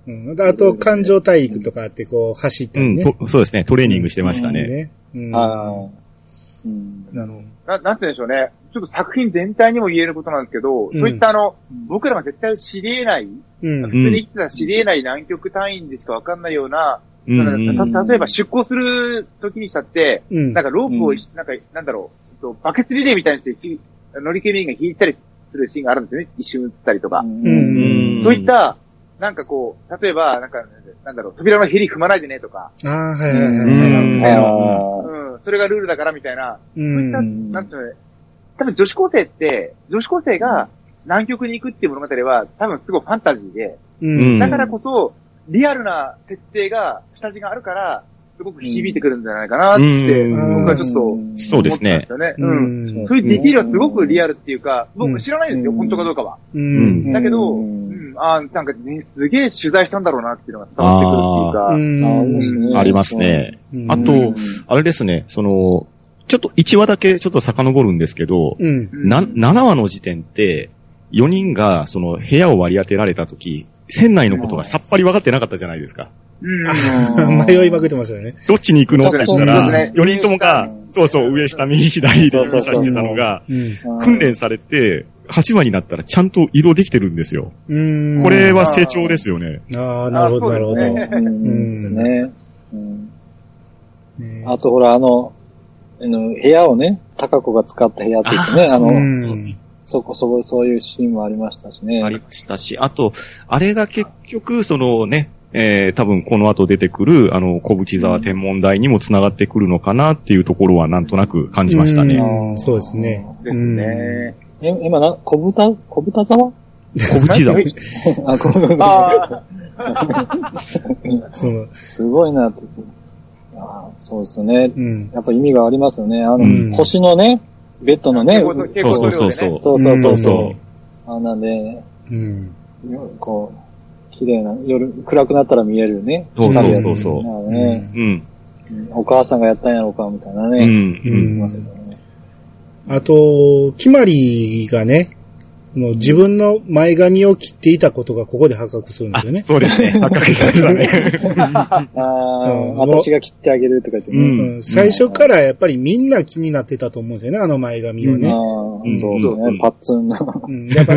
[SPEAKER 1] うん、あと、環状体育とかあって、こう、走った
[SPEAKER 3] う
[SPEAKER 1] り
[SPEAKER 3] ん
[SPEAKER 1] ね。
[SPEAKER 3] とそうですね。トレーニングしてましたね。
[SPEAKER 1] ね。うん、
[SPEAKER 2] ああ。うん。
[SPEAKER 1] あの、
[SPEAKER 4] ななんて言うんでしょうね。ちょっと作品全体にも言えることなんですけど、
[SPEAKER 1] ん
[SPEAKER 4] そういったあの、僕らが絶対知り得ない、
[SPEAKER 1] うん。
[SPEAKER 4] 普通に生きてたら知り得ない南極隊員でしかわかんないような、
[SPEAKER 3] うんう
[SPEAKER 4] だか
[SPEAKER 3] ん。
[SPEAKER 4] らた例えば出航する時にしちゃって、
[SPEAKER 1] うん
[SPEAKER 4] なんかロープをい、なんか、なんだろうえっと、バケツリレーみたいにしてひ、乗組員が引いたりするシーンがあるんですよね。一瞬映ったりとか。
[SPEAKER 1] う。
[SPEAKER 2] うん
[SPEAKER 3] ん
[SPEAKER 4] そういった、なんかこう、例えば、なんか、なんだろう、扉のヘリ踏まないでねとか、
[SPEAKER 1] ああ、はいはいはい。
[SPEAKER 3] うん
[SPEAKER 4] うん、それがルールだからみたいな、
[SPEAKER 1] うん。
[SPEAKER 4] ななんていうのね多分女子高生って、女子高生が南極に行くっていう物語は、多分すごいファンタジーで、
[SPEAKER 1] うん。
[SPEAKER 4] だからこそ、リアルな設定が、下地があるから、すごく響いてくるんじゃないかなって、
[SPEAKER 3] うん
[SPEAKER 4] 僕はちょっと思っ
[SPEAKER 3] そうです
[SPEAKER 4] たんで
[SPEAKER 3] ね
[SPEAKER 4] す。よね。
[SPEAKER 1] う
[SPEAKER 4] うん。
[SPEAKER 1] ん。
[SPEAKER 4] そういうディティールはすごくリアルっていうか、
[SPEAKER 1] うん
[SPEAKER 4] 僕知らないんですよ、
[SPEAKER 2] うん
[SPEAKER 4] 本当かどうかは。
[SPEAKER 1] うん。
[SPEAKER 4] だけど、
[SPEAKER 2] う
[SPEAKER 4] うんん、あーなんかね、すげえ取材したんだろうなっていうのが伝わってくるっていう
[SPEAKER 1] うん
[SPEAKER 4] か、
[SPEAKER 3] ありますね。
[SPEAKER 1] うん
[SPEAKER 3] あと、あれですね、その、ちょっと1話だけちょっと遡るんですけど、
[SPEAKER 1] うん。
[SPEAKER 4] うん
[SPEAKER 3] な、7話の時点って、4人がその部屋を割り当てられたとき、船内のことがさっぱり分かってなかったじゃないですか。
[SPEAKER 4] うん
[SPEAKER 1] 迷いまくってましたよね。
[SPEAKER 3] どっちに行くのって言った
[SPEAKER 2] そうそう
[SPEAKER 3] ら、
[SPEAKER 4] ね
[SPEAKER 3] 4人ともが、そうそう、上下右左で指さしてたのが、
[SPEAKER 1] うん。
[SPEAKER 3] 訓練されて、8話になったらちゃんと移動できてるんですよ。
[SPEAKER 1] うん。
[SPEAKER 3] これは成長ですよね。
[SPEAKER 1] ああ、なるほど、なるほど。
[SPEAKER 4] あそうです
[SPEAKER 2] う
[SPEAKER 1] うん
[SPEAKER 2] ん。ね。うん
[SPEAKER 1] ね
[SPEAKER 2] あとほら、あの、あの部屋をね、高子が使った部屋って言ってね、あの、
[SPEAKER 1] うん。
[SPEAKER 2] そこそこそういうシーンもありましたしね。
[SPEAKER 5] ありましたし、あと、あれが結局、そのね、えー、多分この後出てくる、あの、小淵沢天文台にも繋がってくるのかなっていうところはなんとなく感じましたね。
[SPEAKER 1] うんそうですね。
[SPEAKER 4] ですね。
[SPEAKER 2] え今な、小豚、小豚沢
[SPEAKER 5] 小淵沢。
[SPEAKER 2] あ、小豚。
[SPEAKER 4] あ
[SPEAKER 1] その、
[SPEAKER 2] すごいなって。あーそうですよね。
[SPEAKER 1] うん。
[SPEAKER 2] やっぱ意味がありますよね。あの、
[SPEAKER 1] ん
[SPEAKER 2] 星のね、ベッドの
[SPEAKER 4] あ。
[SPEAKER 2] ね、
[SPEAKER 4] 結構と、結構
[SPEAKER 5] そうそう
[SPEAKER 4] と量で
[SPEAKER 5] そ
[SPEAKER 4] ね
[SPEAKER 5] う。
[SPEAKER 2] そうそうそう
[SPEAKER 5] そう
[SPEAKER 2] そう。あなんで、
[SPEAKER 1] うん。
[SPEAKER 2] こう、綺麗な、夜、暗くなったら見えるね。
[SPEAKER 5] そうそうそう
[SPEAKER 2] な
[SPEAKER 5] そ
[SPEAKER 2] んか
[SPEAKER 1] う
[SPEAKER 2] ね、
[SPEAKER 1] ん
[SPEAKER 5] う。う
[SPEAKER 2] う
[SPEAKER 5] ん。
[SPEAKER 2] んお母さんがやったんやろうか、みたいな
[SPEAKER 5] うん。う
[SPEAKER 2] ね。
[SPEAKER 5] ん。
[SPEAKER 2] 言ってますよね
[SPEAKER 1] あと、キマリがね、もう自分の前髪を切っていたことがここで発覚するんで
[SPEAKER 5] あ
[SPEAKER 1] すよね、。
[SPEAKER 5] そうですね。発覚しましたね。
[SPEAKER 2] ああ、
[SPEAKER 1] うん
[SPEAKER 2] 私が切ってあげるとか言って
[SPEAKER 5] う
[SPEAKER 2] ね。
[SPEAKER 5] ん
[SPEAKER 1] うん最初からやっぱりみんな気になってたと思うんですよね、あの前髪を
[SPEAKER 2] ああ
[SPEAKER 1] ね。、
[SPEAKER 5] うん
[SPEAKER 2] そうです
[SPEAKER 5] うん
[SPEAKER 2] ね。パッツンの。
[SPEAKER 1] うん、やっぱ、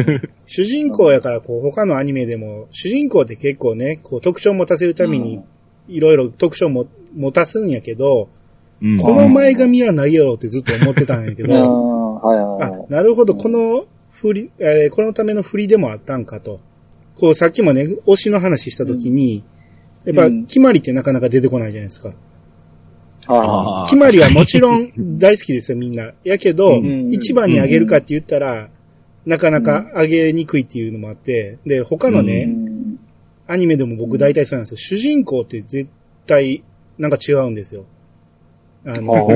[SPEAKER 1] 主人公やから、こう、他のアニメでも、 主人公って結構ね、こう、特徴を持たせるために、いろいろ特徴も持たせるんやけど、
[SPEAKER 5] うん。
[SPEAKER 1] この前髪はないやろってずっと思ってたんやけ
[SPEAKER 2] うん、
[SPEAKER 1] ど、
[SPEAKER 2] はいはい
[SPEAKER 1] あ
[SPEAKER 2] はい。、
[SPEAKER 1] なるほど、この振り、えーこのための振りでもあったんかと。こう、さっきもね、推しの話した時に、
[SPEAKER 2] ん
[SPEAKER 1] やっ
[SPEAKER 2] う
[SPEAKER 1] ぱ、
[SPEAKER 2] ん
[SPEAKER 1] 決まりってなかなか出てこないじゃないですか。
[SPEAKER 2] ああ、
[SPEAKER 5] あー
[SPEAKER 1] 決まりはもちろん大好きですよ、みんな。やけど、
[SPEAKER 2] うん
[SPEAKER 1] 一番にあげるかって言ったら、なかなかあげにくいっていうのもあって、で、他の
[SPEAKER 2] う
[SPEAKER 1] ね、
[SPEAKER 2] ん。
[SPEAKER 1] アニメでも僕大体そうなんですよ。主人公って絶対、なんか違うんですよ。あの、
[SPEAKER 5] お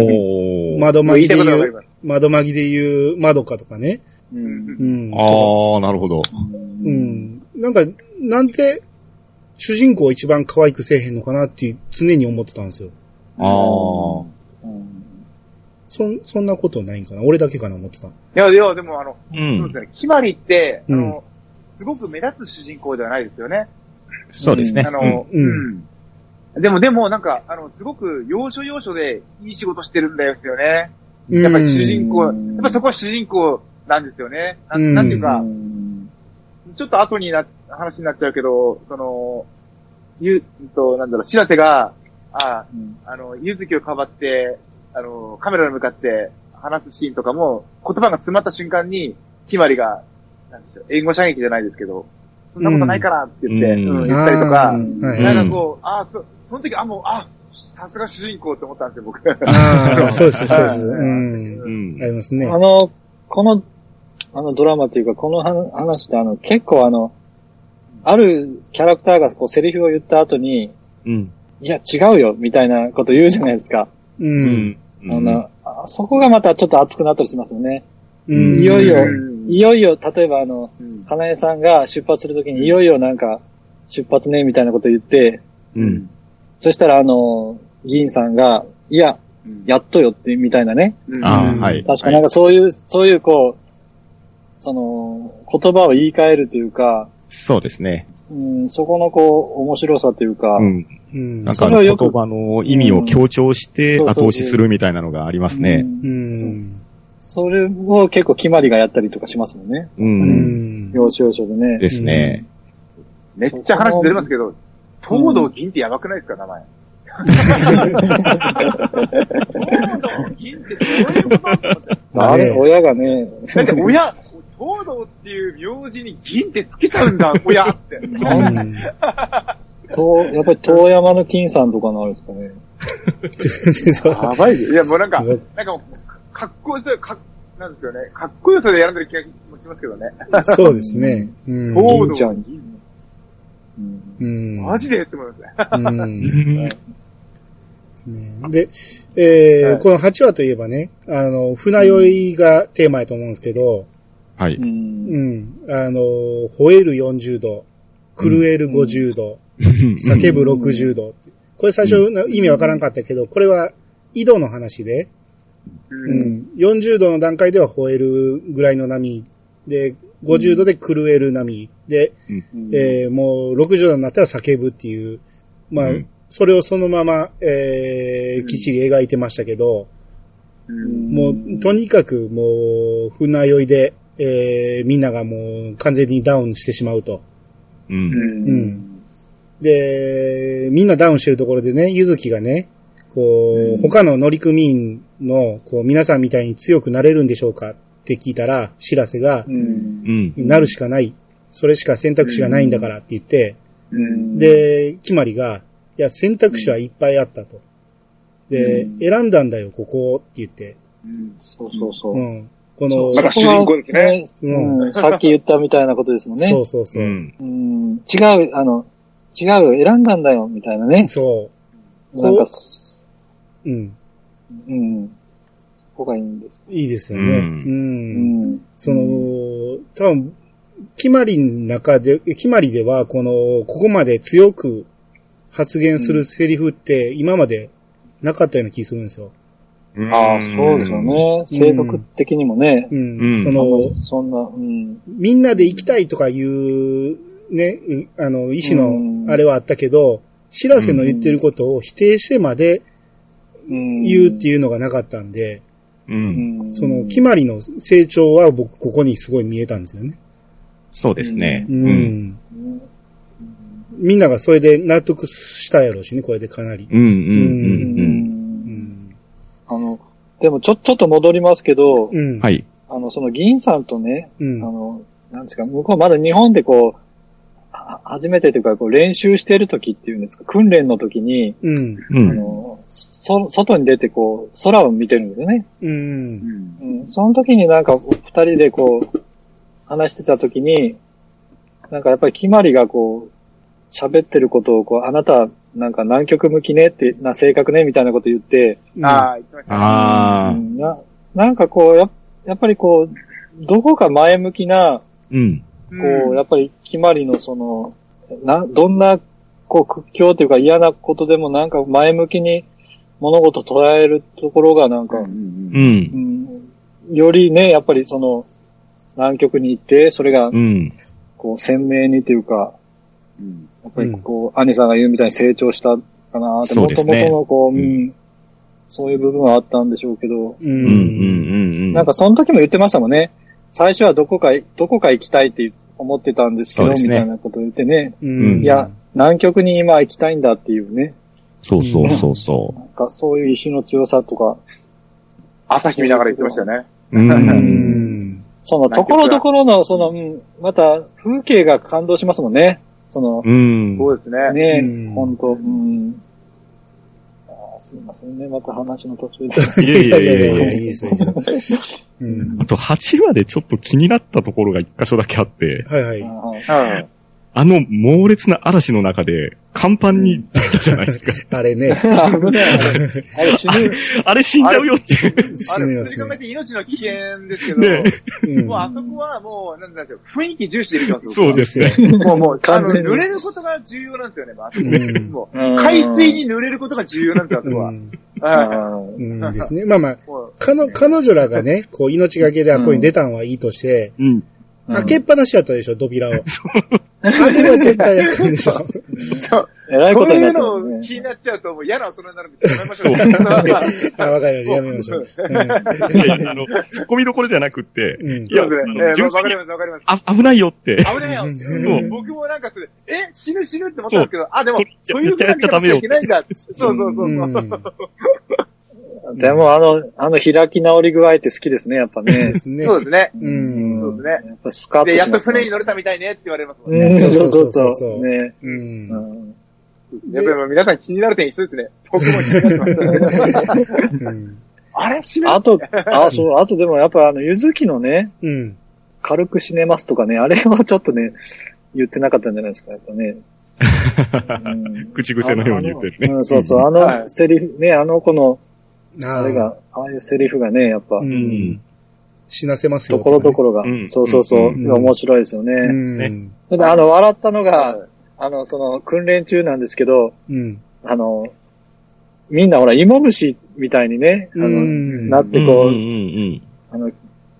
[SPEAKER 5] ー。
[SPEAKER 1] 窓
[SPEAKER 4] 言
[SPEAKER 1] 紛
[SPEAKER 4] いた
[SPEAKER 1] で
[SPEAKER 4] いことわ
[SPEAKER 1] 言
[SPEAKER 4] かり
[SPEAKER 1] う、
[SPEAKER 4] ます。
[SPEAKER 1] 窓紛で言う窓かとかね。
[SPEAKER 2] う
[SPEAKER 4] うん
[SPEAKER 2] ん。
[SPEAKER 1] うん。
[SPEAKER 5] ああ、なるほど。
[SPEAKER 1] う
[SPEAKER 2] うん。
[SPEAKER 1] ん。なんか、なんて、主人公を一番可愛くせえへんのかなっていう常に思ってたんですよ。
[SPEAKER 5] ああ。
[SPEAKER 1] そん、そんなことないんかな俺だけかな思ってた。
[SPEAKER 4] いや、いや、でもあの、
[SPEAKER 5] う
[SPEAKER 4] そ
[SPEAKER 5] ん
[SPEAKER 4] うです。ね。決まりって、あ
[SPEAKER 1] うん
[SPEAKER 4] の、すごく目立つ主人公ではないですよね。
[SPEAKER 5] そうですね。
[SPEAKER 4] あの、
[SPEAKER 1] うん
[SPEAKER 4] うん。でも、でも、なんか、あの、すごく、要所要所で、いい仕事してるんですよね。やっぱり主人公、や
[SPEAKER 2] うん
[SPEAKER 4] っぱそこは主人公なんですよね。な
[SPEAKER 1] うん
[SPEAKER 4] んなんていうか
[SPEAKER 2] う、ん
[SPEAKER 4] ちょっと後にな、話になっちゃうけど、その、ゆ、うんと、なんだろう、白瀬が、あ、あの、ゆずきをかばって、あの、カメラに向かって話すシーンとかも、言葉が詰まった瞬間に、ひまりが、なんでしょう、援護射撃じゃないですけど、そんなことないからって言って、
[SPEAKER 5] うん
[SPEAKER 4] うん
[SPEAKER 5] うん
[SPEAKER 4] 言ったりとか、
[SPEAKER 1] あ
[SPEAKER 2] う
[SPEAKER 1] ーはい
[SPEAKER 5] ん
[SPEAKER 1] は
[SPEAKER 4] ないんかこう、ああ、そ、その時、あ、もう、あ、さすが主人公って思ったんですよ、僕。
[SPEAKER 1] ああ、そうです、そうです。
[SPEAKER 4] はい
[SPEAKER 1] うん。
[SPEAKER 5] う
[SPEAKER 1] あ
[SPEAKER 5] ん。
[SPEAKER 1] りますね。
[SPEAKER 2] あの、この、あのドラマというか、この話話ってあの、結構あの、あるキャラクターがこうセリフを言った後に、
[SPEAKER 5] うん。
[SPEAKER 2] いや、違うよ、みたいなこと言うじゃないですか。
[SPEAKER 1] う。
[SPEAKER 5] うんん。
[SPEAKER 2] あの、あそこがまたちょっと熱くなったりしますよね。
[SPEAKER 1] うん
[SPEAKER 2] いよいよ
[SPEAKER 4] う、ん
[SPEAKER 2] いよいよ、例えばあの、
[SPEAKER 4] うん
[SPEAKER 2] かなえさんが出発するときに、いよいよなんか、出発ね、みたいなこと言って、
[SPEAKER 5] うん。
[SPEAKER 2] そしたらあの、議員さんが、いや、やっとよって、みたいなね。
[SPEAKER 4] うん
[SPEAKER 5] ああ、はい。
[SPEAKER 2] 確かなんかそういう、そういうこう、その、言葉を言い換えるというか、
[SPEAKER 5] そうですね。
[SPEAKER 2] うん、そこのこう、面白さというか、
[SPEAKER 5] うん。
[SPEAKER 1] うん
[SPEAKER 5] なんか
[SPEAKER 2] それを
[SPEAKER 5] 言
[SPEAKER 2] よく
[SPEAKER 5] 葉の意味を強調して
[SPEAKER 2] うんそうそうそう
[SPEAKER 5] 後押しするみたいなのがあります
[SPEAKER 2] う
[SPEAKER 5] ね。
[SPEAKER 2] ん
[SPEAKER 1] うん。
[SPEAKER 2] それを結構決まりがやったりとかしますもんね。
[SPEAKER 5] う。
[SPEAKER 1] うんん。
[SPEAKER 2] 要所要所でね。
[SPEAKER 5] ですね。
[SPEAKER 4] めっちゃ話ずれますけど、東堂銀ってやばくないですか、名 前。東堂銀ってどういうことって思って
[SPEAKER 2] あれ、
[SPEAKER 1] ね
[SPEAKER 2] 親がね、
[SPEAKER 4] だって 親、東堂っていう名字に銀ってつけちゃうんだ、親って。
[SPEAKER 1] うん
[SPEAKER 2] 遠やっぱり遠山の金さんとかのあれですかね。
[SPEAKER 1] そう
[SPEAKER 4] ばいいや、もうなんか、
[SPEAKER 1] う
[SPEAKER 4] なん
[SPEAKER 1] ん
[SPEAKER 4] かもうか、かっこよさ、かっ、なんですよね。かっこよさで選んでる気がしますけどね。
[SPEAKER 1] そうですね。うん。
[SPEAKER 4] 東
[SPEAKER 2] 銀ちゃ
[SPEAKER 4] 堂
[SPEAKER 2] ん
[SPEAKER 4] 銀。
[SPEAKER 2] う
[SPEAKER 1] う
[SPEAKER 2] ん。
[SPEAKER 1] ん
[SPEAKER 4] マジでって思いますね。
[SPEAKER 1] うん
[SPEAKER 5] うん
[SPEAKER 1] で、えー
[SPEAKER 4] はい
[SPEAKER 1] この8話といえばね、あの、船酔いがテーマやと思うんですけど、
[SPEAKER 5] はいう
[SPEAKER 2] ん
[SPEAKER 1] うん、あの、吠える40度、狂える50度、叫ぶ60度。これ最初な意味わからんかったけど、これは井戸の話で、う
[SPEAKER 4] うん。
[SPEAKER 1] ん、40度の段階では吠えるぐらいの波、で、50度で狂える波、で、えーもう60度になったら叫ぶっていう、まあ、
[SPEAKER 5] うん
[SPEAKER 1] それをそのまま、えー、きっちり描いてましたけど、
[SPEAKER 4] うん
[SPEAKER 1] もう、とにかくもう、船酔いで、えー、みんながもう完全にダウンしてしまうと。
[SPEAKER 5] う。
[SPEAKER 2] うんん
[SPEAKER 1] うんで、みんなダウンしてるところでね、ゆずきがね、こう、他の乗組員の、こう、皆さんみたいに強くなれるんでしょうかっって聞いたら、知らせが
[SPEAKER 2] う、ん
[SPEAKER 5] う。ん。
[SPEAKER 1] なるしかない。それしか選択肢がないんだからって言って、
[SPEAKER 2] うん、
[SPEAKER 1] で、決まりが、いや、選択肢はいっぱいあったと。で、
[SPEAKER 2] うん
[SPEAKER 1] 選んだんだよ、ここって言って。
[SPEAKER 2] うん、そうそうそう。
[SPEAKER 1] うん。こ
[SPEAKER 2] そ
[SPEAKER 1] の
[SPEAKER 2] う
[SPEAKER 4] ま、た主人公ですね
[SPEAKER 2] そこがねうん、さっき言ったみたいなことですもんね。
[SPEAKER 1] そうそうそうう。
[SPEAKER 5] ん。
[SPEAKER 2] うん、違う、あの、違う、選んだんだよ、みたいなね。
[SPEAKER 1] そこう
[SPEAKER 2] なんかそ、
[SPEAKER 1] う。うん。
[SPEAKER 2] うん。そこがいいんです。
[SPEAKER 1] いいですよね。う
[SPEAKER 5] うんん。
[SPEAKER 2] うん。
[SPEAKER 1] その、多分、決まりの中で、決まりでは、この、ここまで強く発言するセリフって、今までなかったような気するんですよ。
[SPEAKER 5] うん
[SPEAKER 2] ああ、そうですよ。ね。性格的にもね。
[SPEAKER 1] うん。
[SPEAKER 5] うん
[SPEAKER 1] そ
[SPEAKER 2] あんま
[SPEAKER 1] の、
[SPEAKER 2] りそんな、うん。
[SPEAKER 1] みんなで行きたいとかいう、ね、うあの、意思
[SPEAKER 2] うん
[SPEAKER 1] の、あれはあったけど、知らせの言ってることを否定してまで
[SPEAKER 2] うん
[SPEAKER 1] 言うっていうのがなかったんで、
[SPEAKER 5] う。
[SPEAKER 2] うんん。
[SPEAKER 1] その、決まりの成長は僕、ここにすごい見えたんですよね。
[SPEAKER 5] そうですね。
[SPEAKER 1] うん。
[SPEAKER 5] うん。
[SPEAKER 2] うん
[SPEAKER 1] みんながそれで納得したやろうしね、これでかなり。
[SPEAKER 5] うん
[SPEAKER 2] う。
[SPEAKER 5] うんうん
[SPEAKER 1] うんん。
[SPEAKER 2] あの、でもちょ、ちょっと戻りますけど、
[SPEAKER 1] うん。。
[SPEAKER 5] うん。はいい。
[SPEAKER 2] あの、その議員さんとね、
[SPEAKER 1] う
[SPEAKER 2] あ
[SPEAKER 1] ん。
[SPEAKER 2] の、なんですか、向こうまだ日本でこう、は初めてというか、こう練習してる時っていうんですか、訓練の時に、
[SPEAKER 1] うん。
[SPEAKER 5] う
[SPEAKER 2] あ
[SPEAKER 5] ん。
[SPEAKER 2] の、そ、外に出てこう、空を見てるんですよね。
[SPEAKER 1] うん。
[SPEAKER 2] うん。その時になんか、お二人でこう、話してた時に、なんかやっぱり決まりがこう、喋ってることをこう、あなた、なんか南極向きねって、な、性格ねみたいなこと言って、
[SPEAKER 4] ああ、言ってましたね。
[SPEAKER 5] あ
[SPEAKER 2] う
[SPEAKER 5] あ。
[SPEAKER 2] んな、なんかこう、や、やっぱりこう、どこか前向きな、
[SPEAKER 5] うん。
[SPEAKER 2] こう、
[SPEAKER 4] や
[SPEAKER 2] やっぱり決まりのその、な、どんな、こう、屈強というか嫌なことでもなんか前向きに物事を捉えるところがなんか、
[SPEAKER 5] う。
[SPEAKER 2] うんん、よりね、やっぱりその、南極に行って、それが
[SPEAKER 5] う、ん。
[SPEAKER 2] こう、鮮明にというか、やっぱりこう、兄さんが言うみたいに成長したかなって、
[SPEAKER 5] そう
[SPEAKER 2] も
[SPEAKER 5] で
[SPEAKER 2] と
[SPEAKER 5] す
[SPEAKER 2] も
[SPEAKER 5] ね
[SPEAKER 2] とのこう、う、
[SPEAKER 5] うん
[SPEAKER 2] そういう部分はあったんでしょうけど、
[SPEAKER 1] う
[SPEAKER 5] うん。うん。
[SPEAKER 1] ん。
[SPEAKER 5] うん。
[SPEAKER 2] なんか、その時も言ってましたもんね。最初はどこか、どこか行きたいって思ってたんですけど、
[SPEAKER 5] そうです
[SPEAKER 2] み
[SPEAKER 5] ね
[SPEAKER 2] たいなこと言ってね。
[SPEAKER 1] うん。
[SPEAKER 5] うん
[SPEAKER 2] いや、南極に今行きたいんだっていうね。
[SPEAKER 5] そうそうそうそ
[SPEAKER 2] なんかそういう意志の強さとか、
[SPEAKER 4] 朝日見ながら言ってましたよね。
[SPEAKER 5] う。う。
[SPEAKER 1] うんん。
[SPEAKER 2] そのところどころの、その、うんまた風景が感動しますもんね。その、
[SPEAKER 5] うん。
[SPEAKER 4] そうですね。
[SPEAKER 2] ね
[SPEAKER 1] うん
[SPEAKER 2] え、ほんと、うん。あーすいませんね、また話の途中で。
[SPEAKER 5] いやいやいやいや
[SPEAKER 1] いいです、いいです。うん
[SPEAKER 5] あ。と8話でちょっと気になったところが1箇所だけあって、
[SPEAKER 1] はいはい。
[SPEAKER 2] はい
[SPEAKER 4] うん。
[SPEAKER 5] あの猛烈な嵐の中で、甲板に出たじゃないです か。
[SPEAKER 1] あれね、
[SPEAKER 2] 危ない。あれ死ぬ。
[SPEAKER 5] あれ死んじゃうよっていう。
[SPEAKER 1] 死
[SPEAKER 4] あ
[SPEAKER 1] に
[SPEAKER 4] れ、
[SPEAKER 1] ま
[SPEAKER 4] 普通
[SPEAKER 1] す
[SPEAKER 4] に考え
[SPEAKER 1] ね。
[SPEAKER 4] て命の危険ですけど、
[SPEAKER 5] ね
[SPEAKER 1] うん
[SPEAKER 4] もうあそこはもう、なんだろう、雰囲気重視で見てますよ
[SPEAKER 5] そうですね。
[SPEAKER 2] もうもう
[SPEAKER 4] あ
[SPEAKER 2] 完
[SPEAKER 4] の、
[SPEAKER 2] 全
[SPEAKER 4] 濡れ
[SPEAKER 2] に。
[SPEAKER 4] ることが重要なんですよね、もうあそこ
[SPEAKER 1] うん
[SPEAKER 4] も
[SPEAKER 2] うん
[SPEAKER 4] う海水に濡れることが重要なんですよ、あそこ
[SPEAKER 1] う
[SPEAKER 4] は。
[SPEAKER 1] ん。
[SPEAKER 4] は
[SPEAKER 1] うんですね。まあまあ、
[SPEAKER 4] い。もう
[SPEAKER 1] 彼女彼女らがね、こう命がけであっこに出たんはいいとして、
[SPEAKER 5] うん。
[SPEAKER 1] 開けっぱなしやったでしょ、扉を。あれは絶対開くんで しょ。
[SPEAKER 4] そう
[SPEAKER 2] えらいこ
[SPEAKER 4] そ
[SPEAKER 2] と
[SPEAKER 4] う
[SPEAKER 2] に
[SPEAKER 4] い
[SPEAKER 2] なって
[SPEAKER 4] う
[SPEAKER 2] ます
[SPEAKER 4] の
[SPEAKER 2] ね
[SPEAKER 4] を気になっちゃうと、もう嫌な大人になるんで、やめましょう。
[SPEAKER 1] あ、わかりました。やめましょう。
[SPEAKER 5] いやいや、あの、突っ込みどころじゃなくって、
[SPEAKER 1] うんうん
[SPEAKER 5] いや、あ
[SPEAKER 4] そうですね。
[SPEAKER 5] の
[SPEAKER 4] えー
[SPEAKER 5] 純
[SPEAKER 4] わか
[SPEAKER 5] 粋
[SPEAKER 4] り
[SPEAKER 5] に
[SPEAKER 4] ます、わかります。
[SPEAKER 5] あ危ないよって。
[SPEAKER 4] 危ないよ。
[SPEAKER 1] うん
[SPEAKER 4] うん僕もなんかそれ、え、死ぬ死ぬって思ったんですけど、あ、でも
[SPEAKER 5] そう、
[SPEAKER 4] そういうふうに
[SPEAKER 5] やっちゃやっちゃダメよ
[SPEAKER 4] いけないんだ。そう そうそうう。
[SPEAKER 1] ん。
[SPEAKER 2] でもあの、あの開き直り具合って好きですね、やっぱ
[SPEAKER 1] で
[SPEAKER 2] ね。
[SPEAKER 1] すね。
[SPEAKER 4] そうですね。
[SPEAKER 1] うん
[SPEAKER 4] そうです
[SPEAKER 2] やっぱスカッと
[SPEAKER 4] ね。で、や
[SPEAKER 2] し
[SPEAKER 4] っと
[SPEAKER 2] ますね
[SPEAKER 4] 船に乗れたみたいねって言われますもんね。
[SPEAKER 2] う
[SPEAKER 1] そ
[SPEAKER 2] ん、
[SPEAKER 1] う
[SPEAKER 2] そ
[SPEAKER 1] そう
[SPEAKER 2] う
[SPEAKER 1] そ
[SPEAKER 2] そう
[SPEAKER 1] そ
[SPEAKER 2] う
[SPEAKER 1] う
[SPEAKER 2] そう。ね。
[SPEAKER 1] うん
[SPEAKER 2] う。ん。
[SPEAKER 4] やっぱりもう皆さん気になる点一緒ですね。僕も気になってます。
[SPEAKER 1] うん
[SPEAKER 4] あれ死ぬ
[SPEAKER 2] あと、あ、そう、あとでもやっぱあの、ゆずきのね、
[SPEAKER 1] うん。
[SPEAKER 2] 軽く死ねますとかね、あれはちょっとね、言ってなかったんじゃないですか、やっぱね。うん
[SPEAKER 5] 口癖のように言ってるね。
[SPEAKER 2] うん、そうそう、あ
[SPEAKER 4] は
[SPEAKER 2] の
[SPEAKER 4] い
[SPEAKER 2] セリフ、ね、あの子の、
[SPEAKER 1] あ
[SPEAKER 2] あれが、ああいうセリフがね、やっぱ
[SPEAKER 1] う、ん。死なせますよ
[SPEAKER 2] と
[SPEAKER 1] とか
[SPEAKER 2] こ
[SPEAKER 1] ね。
[SPEAKER 2] ろどころが
[SPEAKER 5] う、ん
[SPEAKER 2] そうそうそう、
[SPEAKER 1] うん
[SPEAKER 2] 面白いですよね。
[SPEAKER 1] うん。
[SPEAKER 2] ただあの、笑ったの
[SPEAKER 4] は
[SPEAKER 2] が、あの、その、訓練中なんですけど、
[SPEAKER 1] うん。
[SPEAKER 2] あの、みんなほら、芋虫みたいにね、
[SPEAKER 1] う
[SPEAKER 2] あの、
[SPEAKER 1] ん
[SPEAKER 2] なってこう、
[SPEAKER 5] うんうん
[SPEAKER 2] あの、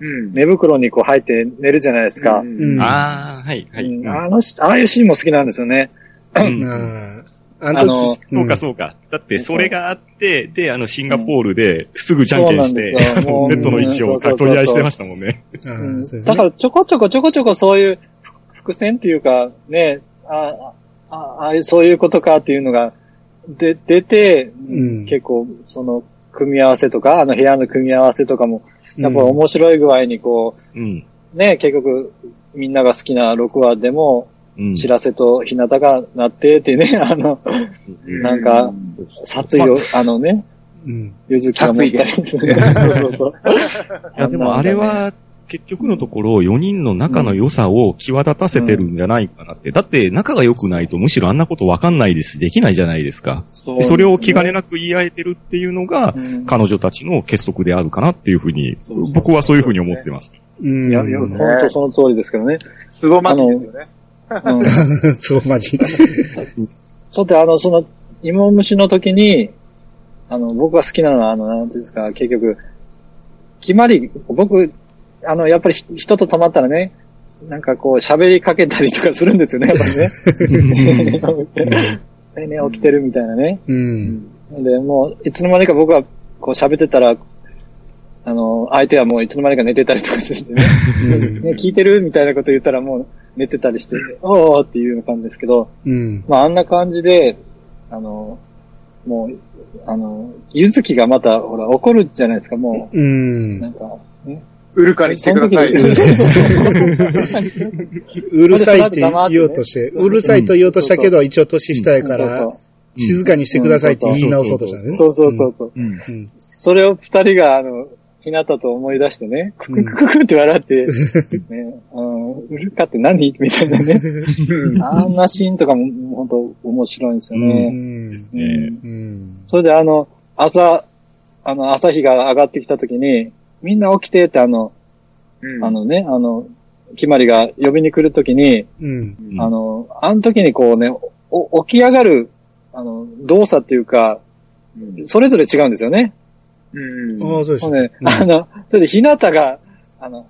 [SPEAKER 4] うん。
[SPEAKER 2] 寝袋にこう入って寝るじゃないですか。
[SPEAKER 1] う
[SPEAKER 5] うんん。ああ、はい、は
[SPEAKER 2] うん
[SPEAKER 5] い。
[SPEAKER 2] あのし、ああいうシーンも好きなんですよね。
[SPEAKER 5] うん
[SPEAKER 1] ああ。
[SPEAKER 2] あ
[SPEAKER 1] あの
[SPEAKER 2] の
[SPEAKER 1] 時、
[SPEAKER 5] そうか、
[SPEAKER 1] う
[SPEAKER 5] そうか。だって、それがあって、で、あの、シンガポールですぐじゃん
[SPEAKER 2] そう
[SPEAKER 5] けん
[SPEAKER 2] なん
[SPEAKER 5] し
[SPEAKER 2] で
[SPEAKER 5] て、
[SPEAKER 2] すよ。もう
[SPEAKER 5] ベッドの位置を取り合いしてましたもんね。
[SPEAKER 1] ん。
[SPEAKER 2] う
[SPEAKER 1] あ
[SPEAKER 2] ん
[SPEAKER 1] あ、そうです
[SPEAKER 2] だか
[SPEAKER 1] ね。
[SPEAKER 2] らちょこちょこちょこちょこそういう伏線っていうか、ね、ああ、ああいう、そういうことかっていうのが、で、出て、
[SPEAKER 1] うん
[SPEAKER 2] 結構、その、組み合わせとか、あの部屋の組み合わせとかも、やっぱ面白い具合にこ
[SPEAKER 5] うん。
[SPEAKER 2] う、ね、結局、みんなが好きな6話でも、
[SPEAKER 5] うん。
[SPEAKER 2] 知らせと日向がなってってね、あの、なんか、殺意を、あのね、
[SPEAKER 1] うん。
[SPEAKER 2] ゆずきが持ったりする。そうそうそう。
[SPEAKER 5] いや、でもあれは、結局のところ、4人の仲の良さを際立たせてるんじゃないかなって。だって、仲が良くないとむしろあんなことわかんないです。できないじゃないですか。
[SPEAKER 2] そ
[SPEAKER 5] でそれを気兼ねなく言い合えてるっていうのが、彼女たちの結束であるかなっていうふうに
[SPEAKER 2] そうそうそう、
[SPEAKER 5] 僕はそういうふうに思ってます。
[SPEAKER 1] うん。
[SPEAKER 4] いやいやね
[SPEAKER 2] 本当その通りですけどね。
[SPEAKER 4] すごまじですよね。
[SPEAKER 2] うん。
[SPEAKER 1] つぼまじ。
[SPEAKER 2] そうで、あの、その、芋虫の時に、あの、僕が好きなのは、あの、なんていうんですか、結局、決まり、僕、あの、やっぱりひ人と溜まったらね、なんかこう、喋りかけたりとかするんですよね、やっぱりね。 でね、起きてるみたいなね。
[SPEAKER 1] うん。
[SPEAKER 2] で、もう、いつの間にか僕は、こう、喋ってたら、あの、相手はもういつの間にか寝てたりとかして ね。ね聞いてるみたいなこと言ったらもう寝てたりして、おーっていうような感じですけど、
[SPEAKER 1] うん。
[SPEAKER 2] まあ、あんな感じで、あの、もう、あの、ゆずきがまた、ほら、怒るじゃないですか、も
[SPEAKER 1] う
[SPEAKER 2] う、なん
[SPEAKER 1] ん。
[SPEAKER 2] か、ね。
[SPEAKER 4] ウルカにして
[SPEAKER 2] そ
[SPEAKER 4] く
[SPEAKER 2] の
[SPEAKER 4] だ
[SPEAKER 2] 時
[SPEAKER 4] さい。
[SPEAKER 2] に
[SPEAKER 1] うるさいって言おうとして、
[SPEAKER 2] うん
[SPEAKER 1] うるさいと言おうとしたけど、一応年下やから、静かにしてくださいって言い直そうとしたね。
[SPEAKER 2] そうそうそうそう。
[SPEAKER 5] うん。
[SPEAKER 1] うん。
[SPEAKER 2] それを二人が、あの、ひなたと思い出してね、クククククって笑って、ね、あの、うるかって何みたいなね。あんなシーンとかも、本当面白いんですよ
[SPEAKER 1] うん。
[SPEAKER 2] ね。
[SPEAKER 5] う
[SPEAKER 2] う
[SPEAKER 5] ん
[SPEAKER 2] ん
[SPEAKER 1] うん。
[SPEAKER 2] それであの、朝、あの、朝日が上がってきた時に、みんな起きてってあの、
[SPEAKER 4] うん
[SPEAKER 2] あのね、あの、決まりが呼びに来るときに、
[SPEAKER 1] うん。
[SPEAKER 5] うん
[SPEAKER 2] あの、あの時にこうね、お起き上がる、あの、動作っていうか、それぞれ違うんですよね。
[SPEAKER 4] うん
[SPEAKER 1] ああ、そうでし
[SPEAKER 2] も
[SPEAKER 1] た
[SPEAKER 2] う。ね、あの、それで、ひなたが、あの、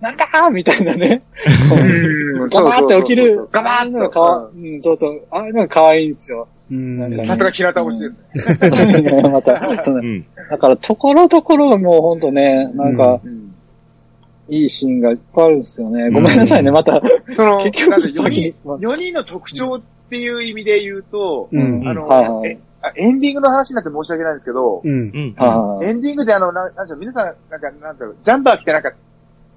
[SPEAKER 2] なんだーみたいなね、
[SPEAKER 4] うん
[SPEAKER 2] ガバーって起きる、
[SPEAKER 4] ガ
[SPEAKER 2] ガバ
[SPEAKER 4] バー
[SPEAKER 2] ー
[SPEAKER 4] ン
[SPEAKER 2] ン
[SPEAKER 4] と
[SPEAKER 2] のかわ、うん、そうそう、ああいうのが可愛いんですよ。
[SPEAKER 1] うん。
[SPEAKER 4] さすが平田推しですね。
[SPEAKER 2] また、その
[SPEAKER 5] うん。
[SPEAKER 2] だから、ところどころがもうほんとね、なんか、
[SPEAKER 4] うん
[SPEAKER 2] いいシーンがいっぱいあるんですよね。ごめんなさいね、また、
[SPEAKER 4] その、
[SPEAKER 2] 結
[SPEAKER 4] なん
[SPEAKER 2] 局
[SPEAKER 4] で4
[SPEAKER 2] 先に
[SPEAKER 4] 人、
[SPEAKER 2] 進まない
[SPEAKER 4] 4人の特徴っていう意味で言うと、
[SPEAKER 1] うん。
[SPEAKER 4] あの、
[SPEAKER 2] はいはい
[SPEAKER 4] えあエンディングの話になって申し訳ないんですけど、
[SPEAKER 1] うん
[SPEAKER 5] う。ん。
[SPEAKER 2] はい
[SPEAKER 4] エンディングであの、ななんでしょう、皆さん、なんか、なんだろう、ジャンバー着てなんか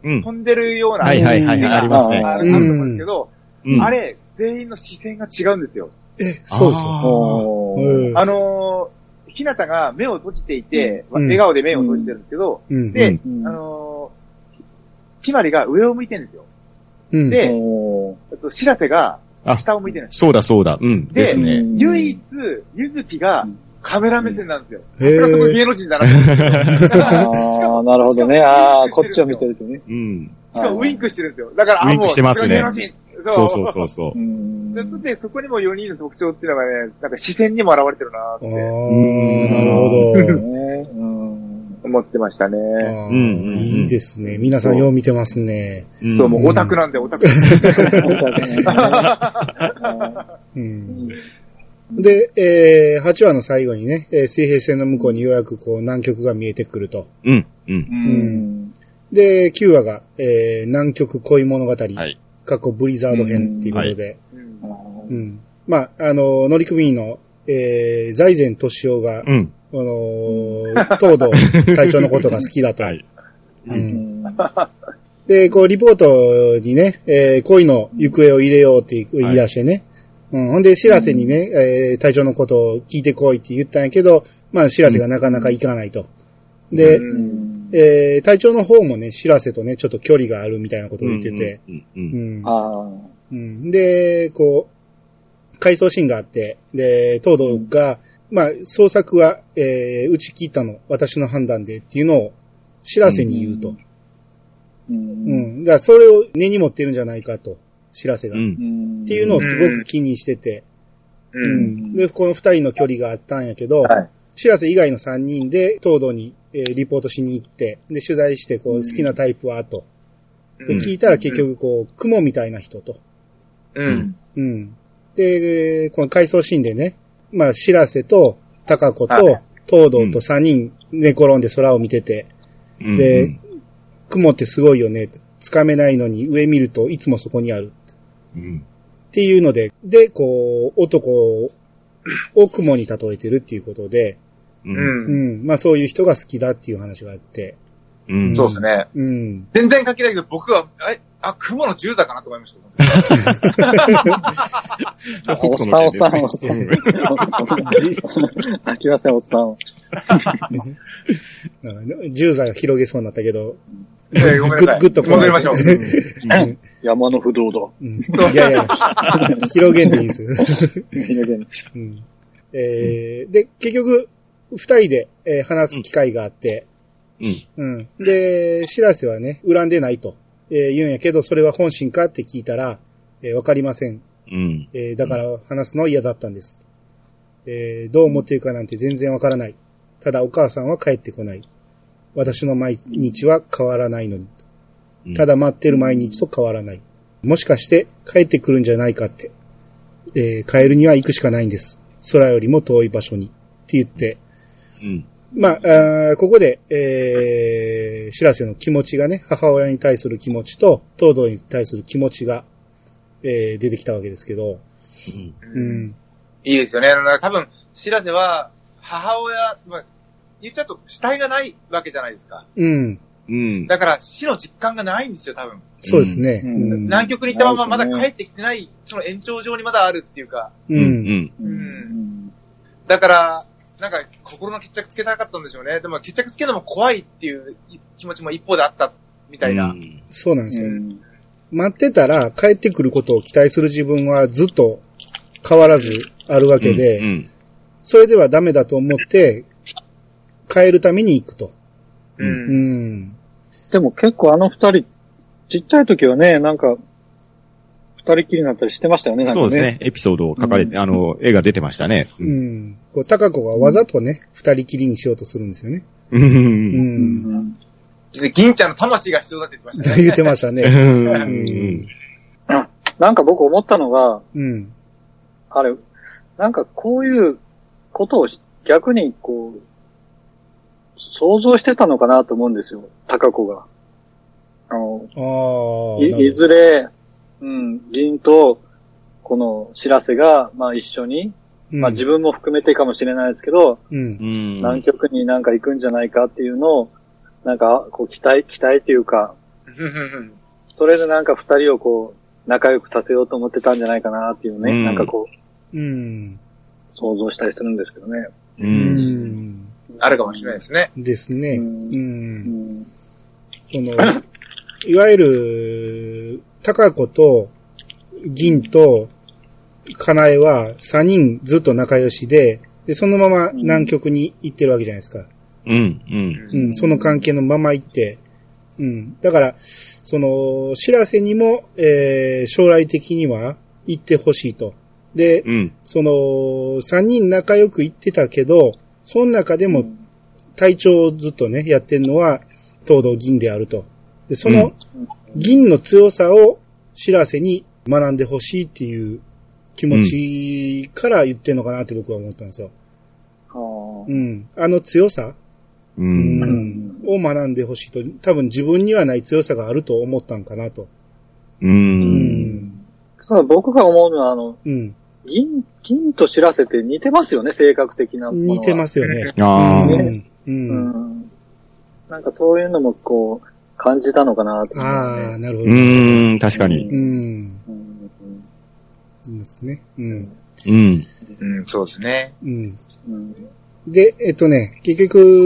[SPEAKER 5] うん。
[SPEAKER 4] 飛んでるような、
[SPEAKER 5] はいはいはいはい、ありますね。
[SPEAKER 4] ああ
[SPEAKER 1] う
[SPEAKER 4] る
[SPEAKER 1] ん
[SPEAKER 4] と思うんですけど、
[SPEAKER 5] うん
[SPEAKER 4] あれ、全員の視線が違うんですよ。
[SPEAKER 1] え、そうですよ。
[SPEAKER 5] あ
[SPEAKER 2] おー
[SPEAKER 1] うん
[SPEAKER 4] あのー、ひなたが目を閉じていて、
[SPEAKER 1] うん
[SPEAKER 4] 笑顔で目を閉じてるんですけど、
[SPEAKER 1] うん。
[SPEAKER 4] で、
[SPEAKER 2] うん
[SPEAKER 4] あのー、ひまりが上を向いてるんですよ。
[SPEAKER 1] うん。
[SPEAKER 4] で
[SPEAKER 2] おー
[SPEAKER 4] あと、しらせが
[SPEAKER 5] あ
[SPEAKER 4] 下を向いてるんです
[SPEAKER 5] そうだそうだ。うん。
[SPEAKER 4] で
[SPEAKER 5] ですね。
[SPEAKER 2] うん
[SPEAKER 4] 唯一、ゆずきが
[SPEAKER 2] うん
[SPEAKER 4] カメラ目線なんですよ。
[SPEAKER 1] へ
[SPEAKER 4] それはすごい
[SPEAKER 1] え。
[SPEAKER 4] 芸能人だなと思って。
[SPEAKER 2] ああ、なるほどね。ああ、こっちを見てるとね。
[SPEAKER 5] うん。
[SPEAKER 4] しかもウィンクしてるんですよ。だから、あ
[SPEAKER 5] ウィンクしてますね
[SPEAKER 4] もうそれは芸能人。
[SPEAKER 5] そうそうそうそ
[SPEAKER 2] う。
[SPEAKER 5] う
[SPEAKER 2] ん。
[SPEAKER 4] でで、そこにも4人の特徴っていうのがね、なんか視線にも現れてるな
[SPEAKER 1] ああ、
[SPEAKER 4] ーって
[SPEAKER 1] なるほ
[SPEAKER 2] ね
[SPEAKER 1] ど。
[SPEAKER 2] うん。
[SPEAKER 4] 思ってました
[SPEAKER 1] あ
[SPEAKER 4] ね。
[SPEAKER 5] うんうんうん
[SPEAKER 1] ーいいですね。皆さんよう見てますね。
[SPEAKER 5] うん
[SPEAKER 4] そう、もうオタクなんで、オタク。
[SPEAKER 1] うん。で、えー、8話の最後にね、えー水平線の向こうにようやくこう南極が見えてくると。
[SPEAKER 5] うん。うん。
[SPEAKER 2] うん。
[SPEAKER 1] で、9話が、えー、南極恋物語、
[SPEAKER 5] はい。
[SPEAKER 1] 過去ブリザード編っていうことで、
[SPEAKER 4] うん
[SPEAKER 1] うんまあ、あの、乗組員の、えー、財前敏夫が、
[SPEAKER 5] うん。
[SPEAKER 1] あのー、東堂隊長のことが好きだと。
[SPEAKER 5] はい。
[SPEAKER 1] うんで、こう、リポートにね、えー恋の行方を入れようって言い出してね。うん、ほんで、知らせにね、えー隊長のことを聞いてこいって言ったんやけど、まあ、知らせがなかなか行かないと。で、
[SPEAKER 2] うん
[SPEAKER 1] えー隊長の方もね、知らせとね、ちょっと距離があるみたいなことを言ってて。
[SPEAKER 5] うん。う。
[SPEAKER 1] うんん。
[SPEAKER 2] あ
[SPEAKER 1] うん、で、こう、回想シーンがあって、で、東堂が、まあ、捜索は、えー打ち切ったの、私の判断でっていうのを、知らせに言うと。
[SPEAKER 2] ーう。
[SPEAKER 1] うんん。だからそれを根に持ってるんじゃないかと、知らせが。
[SPEAKER 5] う
[SPEAKER 1] っ
[SPEAKER 5] ん。
[SPEAKER 2] うん
[SPEAKER 1] ていうのをすごく気にしてて。
[SPEAKER 4] う。
[SPEAKER 1] うんん。で、この二人の距離があったんやけど、
[SPEAKER 2] はい
[SPEAKER 1] 知らせ以外の三人で、東堂に、えーリポートしに行って、で、取材して、こう、
[SPEAKER 4] うん
[SPEAKER 1] 好きなタイプは、と。
[SPEAKER 4] う
[SPEAKER 1] で、
[SPEAKER 4] ん
[SPEAKER 1] 聞いたら結局、こう、雲みたいな人と。
[SPEAKER 4] うん。
[SPEAKER 1] うん。で、この回想シーンでね、まあ、知らせと、高子
[SPEAKER 4] は
[SPEAKER 1] と
[SPEAKER 4] い、
[SPEAKER 1] 東堂と三人寝転んで空を見てて、
[SPEAKER 5] うん
[SPEAKER 1] で、雲ってすごいよね。つかめないのに上見るといつもそこにある。
[SPEAKER 5] うん。
[SPEAKER 1] っていうので、で、こう、男を雲に例えてるっていうことで、
[SPEAKER 5] う。
[SPEAKER 4] うん。
[SPEAKER 1] うんん、まあそういう人が好きだっていう話があって、
[SPEAKER 5] うん。
[SPEAKER 4] そうですね。
[SPEAKER 1] うん。
[SPEAKER 4] 全然書きたいけど、僕は、え、あ、雲の銃座かなと思いました。
[SPEAKER 2] おっさん、おっさん、おっさ
[SPEAKER 5] うん
[SPEAKER 2] ん。飽きません、おっさん。
[SPEAKER 1] 銃座が広げそうになったけど。
[SPEAKER 4] えーごめんなさい。
[SPEAKER 1] ぐっぐっとこらえ
[SPEAKER 4] 戻
[SPEAKER 1] て
[SPEAKER 4] りましょう。
[SPEAKER 1] うん
[SPEAKER 2] 山の不動だ。
[SPEAKER 1] うんいやいや、広げんでいいです。 うんえーで、結局、二人で、えー話す機会があって、
[SPEAKER 5] うん。
[SPEAKER 1] うん。で、知らせはね、恨んでないと、えー言うんやけど、それは本心かって聞いたら、えーわかりません。
[SPEAKER 5] うん。
[SPEAKER 1] えーだから話すのは嫌だったんです。えーどう思っているかなんて全然わからない。ただお母さんは帰ってこない。私の毎日は変わらないのに
[SPEAKER 5] うん。
[SPEAKER 1] ただ待ってる毎日と変わらない。もしかして帰ってくるんじゃないかって。えー帰るには行くしかないんです。空よりも遠い場所に。って言って。
[SPEAKER 5] うん。
[SPEAKER 1] まあ、あーここで、えー、知らせの気持ちがね、母親に対する気持ちと、東堂に対する気持ちが、えー出てきたわけですけど、うん。
[SPEAKER 4] いいですよね。あの多分、知らせは、母親、まあ、言っちゃうと死体がないわけじゃないですか。
[SPEAKER 1] うん。
[SPEAKER 5] うん。
[SPEAKER 4] だから死の実感がないんですよ、多分。
[SPEAKER 1] そうですね。
[SPEAKER 2] う
[SPEAKER 1] うんん。
[SPEAKER 4] 南極に行ったままま
[SPEAKER 2] ないです
[SPEAKER 4] だ
[SPEAKER 2] ね
[SPEAKER 4] 帰ってきてない、その延長上にまだあるっていうか。
[SPEAKER 1] う。
[SPEAKER 5] うんん。
[SPEAKER 4] だから、なんか心の決着つけたかったんでしょうね。でも決着つけるのも怖いっていう気持ちも一方であったみたいな。
[SPEAKER 5] うん
[SPEAKER 1] そうなんですよ。待ってたら帰ってくることを期待する自分はずっと変わらずあるわけで、
[SPEAKER 5] うん。
[SPEAKER 1] それではダメだと思って、変えるために行くと。
[SPEAKER 5] うん
[SPEAKER 1] う。ん。
[SPEAKER 2] でも結構あの二人、ちっちゃい時はね、なんか、二人きりになったりしてましたよね、なんか
[SPEAKER 5] そうですね。エピソードを書かれて、あの、絵が出てましたね。
[SPEAKER 1] う。ん。こう、高子がわざとね、二、人きりにしようとするんですよね。
[SPEAKER 5] うん
[SPEAKER 1] う。
[SPEAKER 5] うん。
[SPEAKER 2] うんん。
[SPEAKER 4] で銀ちゃんの魂が必要だって言ってましたね。
[SPEAKER 1] 言ってました
[SPEAKER 5] う
[SPEAKER 1] ね。
[SPEAKER 5] ん
[SPEAKER 2] なんか僕思ったのが、
[SPEAKER 1] うん。
[SPEAKER 2] あれ、なんかこういうことを逆にこう、想像してたのかなと思うんですよ、高子が。あの、
[SPEAKER 1] ああ。ない
[SPEAKER 2] い
[SPEAKER 1] るほど
[SPEAKER 2] ずれ、うん、銀と、この、知らせが、まあ一緒に、
[SPEAKER 1] うん
[SPEAKER 2] まあ自分も含めてかもしれないですけど、
[SPEAKER 1] うん。
[SPEAKER 5] うん。
[SPEAKER 2] 南極になんか行くんじゃないかっていうのを、なんか、こう、期待、期待というか、それでなんか二人をこう、仲良くさせようと思ってたんじゃないかなっていうね、
[SPEAKER 5] うん
[SPEAKER 2] なんかこう、
[SPEAKER 1] うん。
[SPEAKER 2] 想像したりするんですけどね。
[SPEAKER 5] う。
[SPEAKER 1] うんん。
[SPEAKER 4] あるかもしれないですね。
[SPEAKER 1] ですね。
[SPEAKER 2] うん
[SPEAKER 1] うん
[SPEAKER 2] うん。
[SPEAKER 1] その、いわゆる、高子と、銀と、かなえは、三人ずっと仲良しで、で、そのまま南極に行ってるわけじゃないですか。
[SPEAKER 5] うん。うん。
[SPEAKER 1] うん、
[SPEAKER 2] うん
[SPEAKER 1] その関係のまま行って、うん。だから、その、知らせにも、えー将来的には行ってほしいと。で、
[SPEAKER 5] うん。
[SPEAKER 1] その、三人仲良く行ってたけど、その中でも隊長をずっとね、やってるのは、東堂銀であると。で、その
[SPEAKER 2] うん、
[SPEAKER 1] 銀の強さを、知らせに学んでほしいっていう気持ちから言ってんのかなって僕は思ったんですよ。
[SPEAKER 2] あー
[SPEAKER 1] うん。あの強さ、
[SPEAKER 5] う。
[SPEAKER 1] うんん、を学んでほしいと。多分自分にはない強さがあると思ったんかなと。
[SPEAKER 5] う。
[SPEAKER 1] うんん。
[SPEAKER 2] ただ僕が思うのは、あの、
[SPEAKER 1] うん。
[SPEAKER 2] 銀、銀と知らせて似てますよね、性格的なものは。。
[SPEAKER 1] 似てますすよね。う
[SPEAKER 5] ああ。
[SPEAKER 1] ん。うん
[SPEAKER 2] う。ん。なんかそういうのもこう、感じたのかなって、
[SPEAKER 1] ああ、
[SPEAKER 2] ね。
[SPEAKER 1] なるほど。
[SPEAKER 5] うん。確かに。
[SPEAKER 1] うん。
[SPEAKER 2] うん。
[SPEAKER 1] ですね。うん。
[SPEAKER 5] うん。
[SPEAKER 4] うん、そうですね。
[SPEAKER 1] うん。
[SPEAKER 2] うん。
[SPEAKER 1] で、えっとね、結局、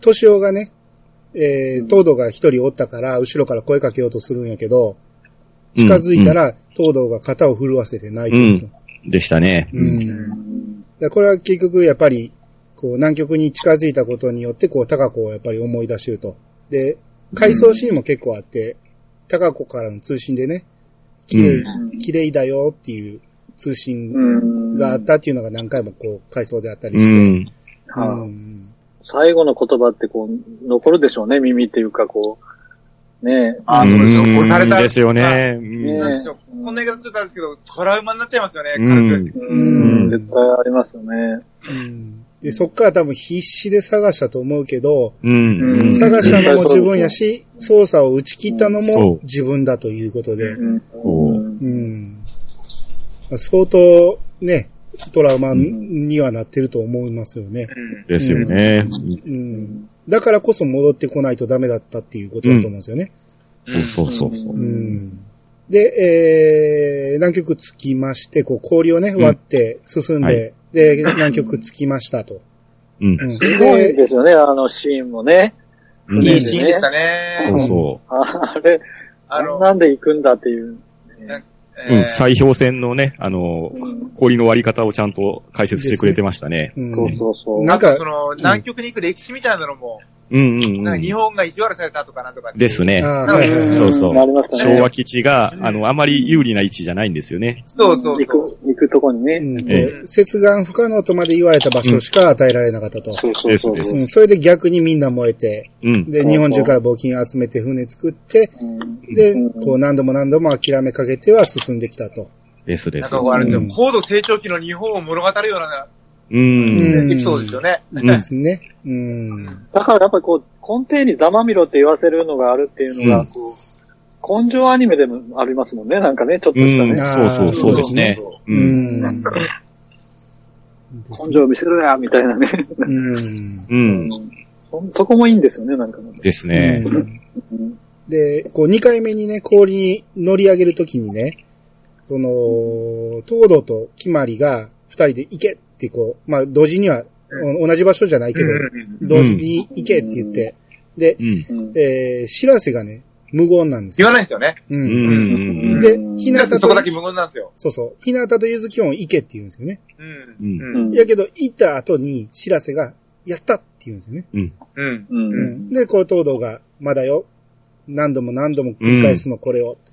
[SPEAKER 1] 敏夫がね、えー、
[SPEAKER 2] うん
[SPEAKER 1] 東堂が一人おったから、後ろから声かけようとするんやけど、近づいたら、東堂が肩を震わせて泣いてると。
[SPEAKER 5] でしたね。
[SPEAKER 1] うん。
[SPEAKER 2] うん
[SPEAKER 1] でこれは結局、やっぱり、こう、南極に近づいたことによって、こう、高子をやっぱり思い出してると。で、回想シーンも結構あって、高子からの通信でね、綺麗、
[SPEAKER 2] うん
[SPEAKER 1] 綺麗だよっていう通信
[SPEAKER 2] うん。
[SPEAKER 1] があったっていうのが何回もこう、回想であったり
[SPEAKER 5] う
[SPEAKER 1] して。
[SPEAKER 5] ん。
[SPEAKER 2] はい
[SPEAKER 1] うん
[SPEAKER 2] 最後の言葉ってこう、残るでしょうね、耳っていうかこう、ね
[SPEAKER 4] ああ、そうですよ。押された。
[SPEAKER 5] ですよ
[SPEAKER 4] あ。
[SPEAKER 5] ね。
[SPEAKER 2] ね
[SPEAKER 4] なんですよ。こんな言い方するとあれですけど、トラウマになっちゃいますよね、
[SPEAKER 5] う
[SPEAKER 4] 軽
[SPEAKER 5] ん
[SPEAKER 4] く。。
[SPEAKER 2] え。
[SPEAKER 1] うん
[SPEAKER 2] 絶対ありますよね。
[SPEAKER 1] うんで、そっから多分必死で探したと思うけど、
[SPEAKER 5] うん。
[SPEAKER 2] うん
[SPEAKER 1] 探したのも自分やし、操作を打ち切ったの
[SPEAKER 5] そう
[SPEAKER 1] も自分だということで、
[SPEAKER 2] うん。
[SPEAKER 5] お
[SPEAKER 1] うん。相当ね、トラウマにはなってると思いますよね。
[SPEAKER 4] うん。
[SPEAKER 5] ですよね。
[SPEAKER 1] うん。だからこそ戻ってこないとダメだったっていうことだと思うんですよね。
[SPEAKER 5] そうそうそうそう。
[SPEAKER 1] うん。で、えー、南極着きまして、こう氷をね、
[SPEAKER 5] うん
[SPEAKER 1] 割って進んで、
[SPEAKER 5] はい
[SPEAKER 1] で、南極着きましたと。
[SPEAKER 5] うん
[SPEAKER 1] う。ん
[SPEAKER 2] すごい
[SPEAKER 1] で、
[SPEAKER 2] ですよね、あのシーンもね。
[SPEAKER 5] うん
[SPEAKER 4] いいシーンでしたね。
[SPEAKER 5] そうそ
[SPEAKER 2] あれ、
[SPEAKER 4] あ
[SPEAKER 2] あん
[SPEAKER 4] の、
[SPEAKER 2] なんで行くんだっていう。
[SPEAKER 5] う。う
[SPEAKER 4] え
[SPEAKER 5] ん。砕氷船のね、あの
[SPEAKER 2] う、ん
[SPEAKER 5] 氷の割り方をちゃんと解説してくれてましたね。
[SPEAKER 1] うん
[SPEAKER 2] そうそうそう。
[SPEAKER 1] な
[SPEAKER 4] なんん
[SPEAKER 1] か
[SPEAKER 4] か、その、南極に行く歴史みたいなのも、
[SPEAKER 5] うんうん
[SPEAKER 4] な
[SPEAKER 5] うん
[SPEAKER 4] か
[SPEAKER 5] ん
[SPEAKER 4] 日。本が意地悪されたとかなんとか。
[SPEAKER 5] です。ね
[SPEAKER 1] あ。あ、
[SPEAKER 4] なんか
[SPEAKER 1] はいはいはい
[SPEAKER 5] そうそうん
[SPEAKER 2] なりましたね。
[SPEAKER 5] 昭和基地が、あの、あまり有利な位置じゃないんですよね。
[SPEAKER 4] そうそう
[SPEAKER 2] 行
[SPEAKER 4] そう。
[SPEAKER 2] く、行くとこに
[SPEAKER 1] う
[SPEAKER 2] ね。
[SPEAKER 1] んこう
[SPEAKER 5] え
[SPEAKER 1] 接岸不可能とまで言われた場所しか与えられなかったと。
[SPEAKER 2] そうそうそう。
[SPEAKER 5] です
[SPEAKER 1] う
[SPEAKER 5] で
[SPEAKER 1] ん、それで逆にみんな燃えて、
[SPEAKER 5] うん。
[SPEAKER 1] で、
[SPEAKER 2] そう
[SPEAKER 1] 日本中から募金集めて船作って、
[SPEAKER 2] うん
[SPEAKER 1] で
[SPEAKER 2] うん、
[SPEAKER 1] こう何度も何度も諦めかけては進んできたと。
[SPEAKER 5] ですで
[SPEAKER 4] なん
[SPEAKER 5] す
[SPEAKER 4] か。あれです
[SPEAKER 1] う
[SPEAKER 4] よ
[SPEAKER 1] ん、
[SPEAKER 4] 高度成長期の日本を物語るような
[SPEAKER 5] う。
[SPEAKER 1] うん
[SPEAKER 4] エピソードですよね。
[SPEAKER 5] うん
[SPEAKER 1] ですね。うん。
[SPEAKER 2] だからやっぱりこう、根底にざまみろって言わせるのがあるっていうの
[SPEAKER 5] う
[SPEAKER 2] が、
[SPEAKER 5] ん
[SPEAKER 2] こう、根性アニメでもありますもんね、なんかね、ちょっと
[SPEAKER 5] う
[SPEAKER 2] した
[SPEAKER 5] ん。
[SPEAKER 2] ね。
[SPEAKER 5] そうそう、そうですね。う。
[SPEAKER 1] うんん。
[SPEAKER 2] 根性を見せろや、みたいなね。
[SPEAKER 1] うん。
[SPEAKER 5] うん。
[SPEAKER 2] そそこもいいんですよね、なんかね。
[SPEAKER 5] ですね。
[SPEAKER 1] うん
[SPEAKER 2] うん
[SPEAKER 1] で、こう2回目にね、氷に乗り上げるときにね、その、東堂と決まりが二人で行けってこう、まあ同時には、お同じ場所じゃないけど、同時に行けって言って、で、
[SPEAKER 5] うん。
[SPEAKER 2] うん
[SPEAKER 1] えー、知らせがね、無言なんです
[SPEAKER 4] 言
[SPEAKER 1] よ。
[SPEAKER 4] わないんですよね。
[SPEAKER 1] う。
[SPEAKER 5] うんん。
[SPEAKER 1] で
[SPEAKER 2] うん、
[SPEAKER 1] ひなたと
[SPEAKER 4] そこだ、け無言なんですよ。
[SPEAKER 1] そうそう、ひなたとゆずきょん行けって言うんですよね。
[SPEAKER 4] う
[SPEAKER 5] う
[SPEAKER 4] ん。
[SPEAKER 5] ん
[SPEAKER 4] う。
[SPEAKER 2] うんん
[SPEAKER 1] やけど、行った後に、知らせが、やったって言うんですよね。
[SPEAKER 4] うん。
[SPEAKER 2] うん
[SPEAKER 1] う。ん。で、こう、東堂が、まだよ。何度も何度も繰り返すの、これを。っ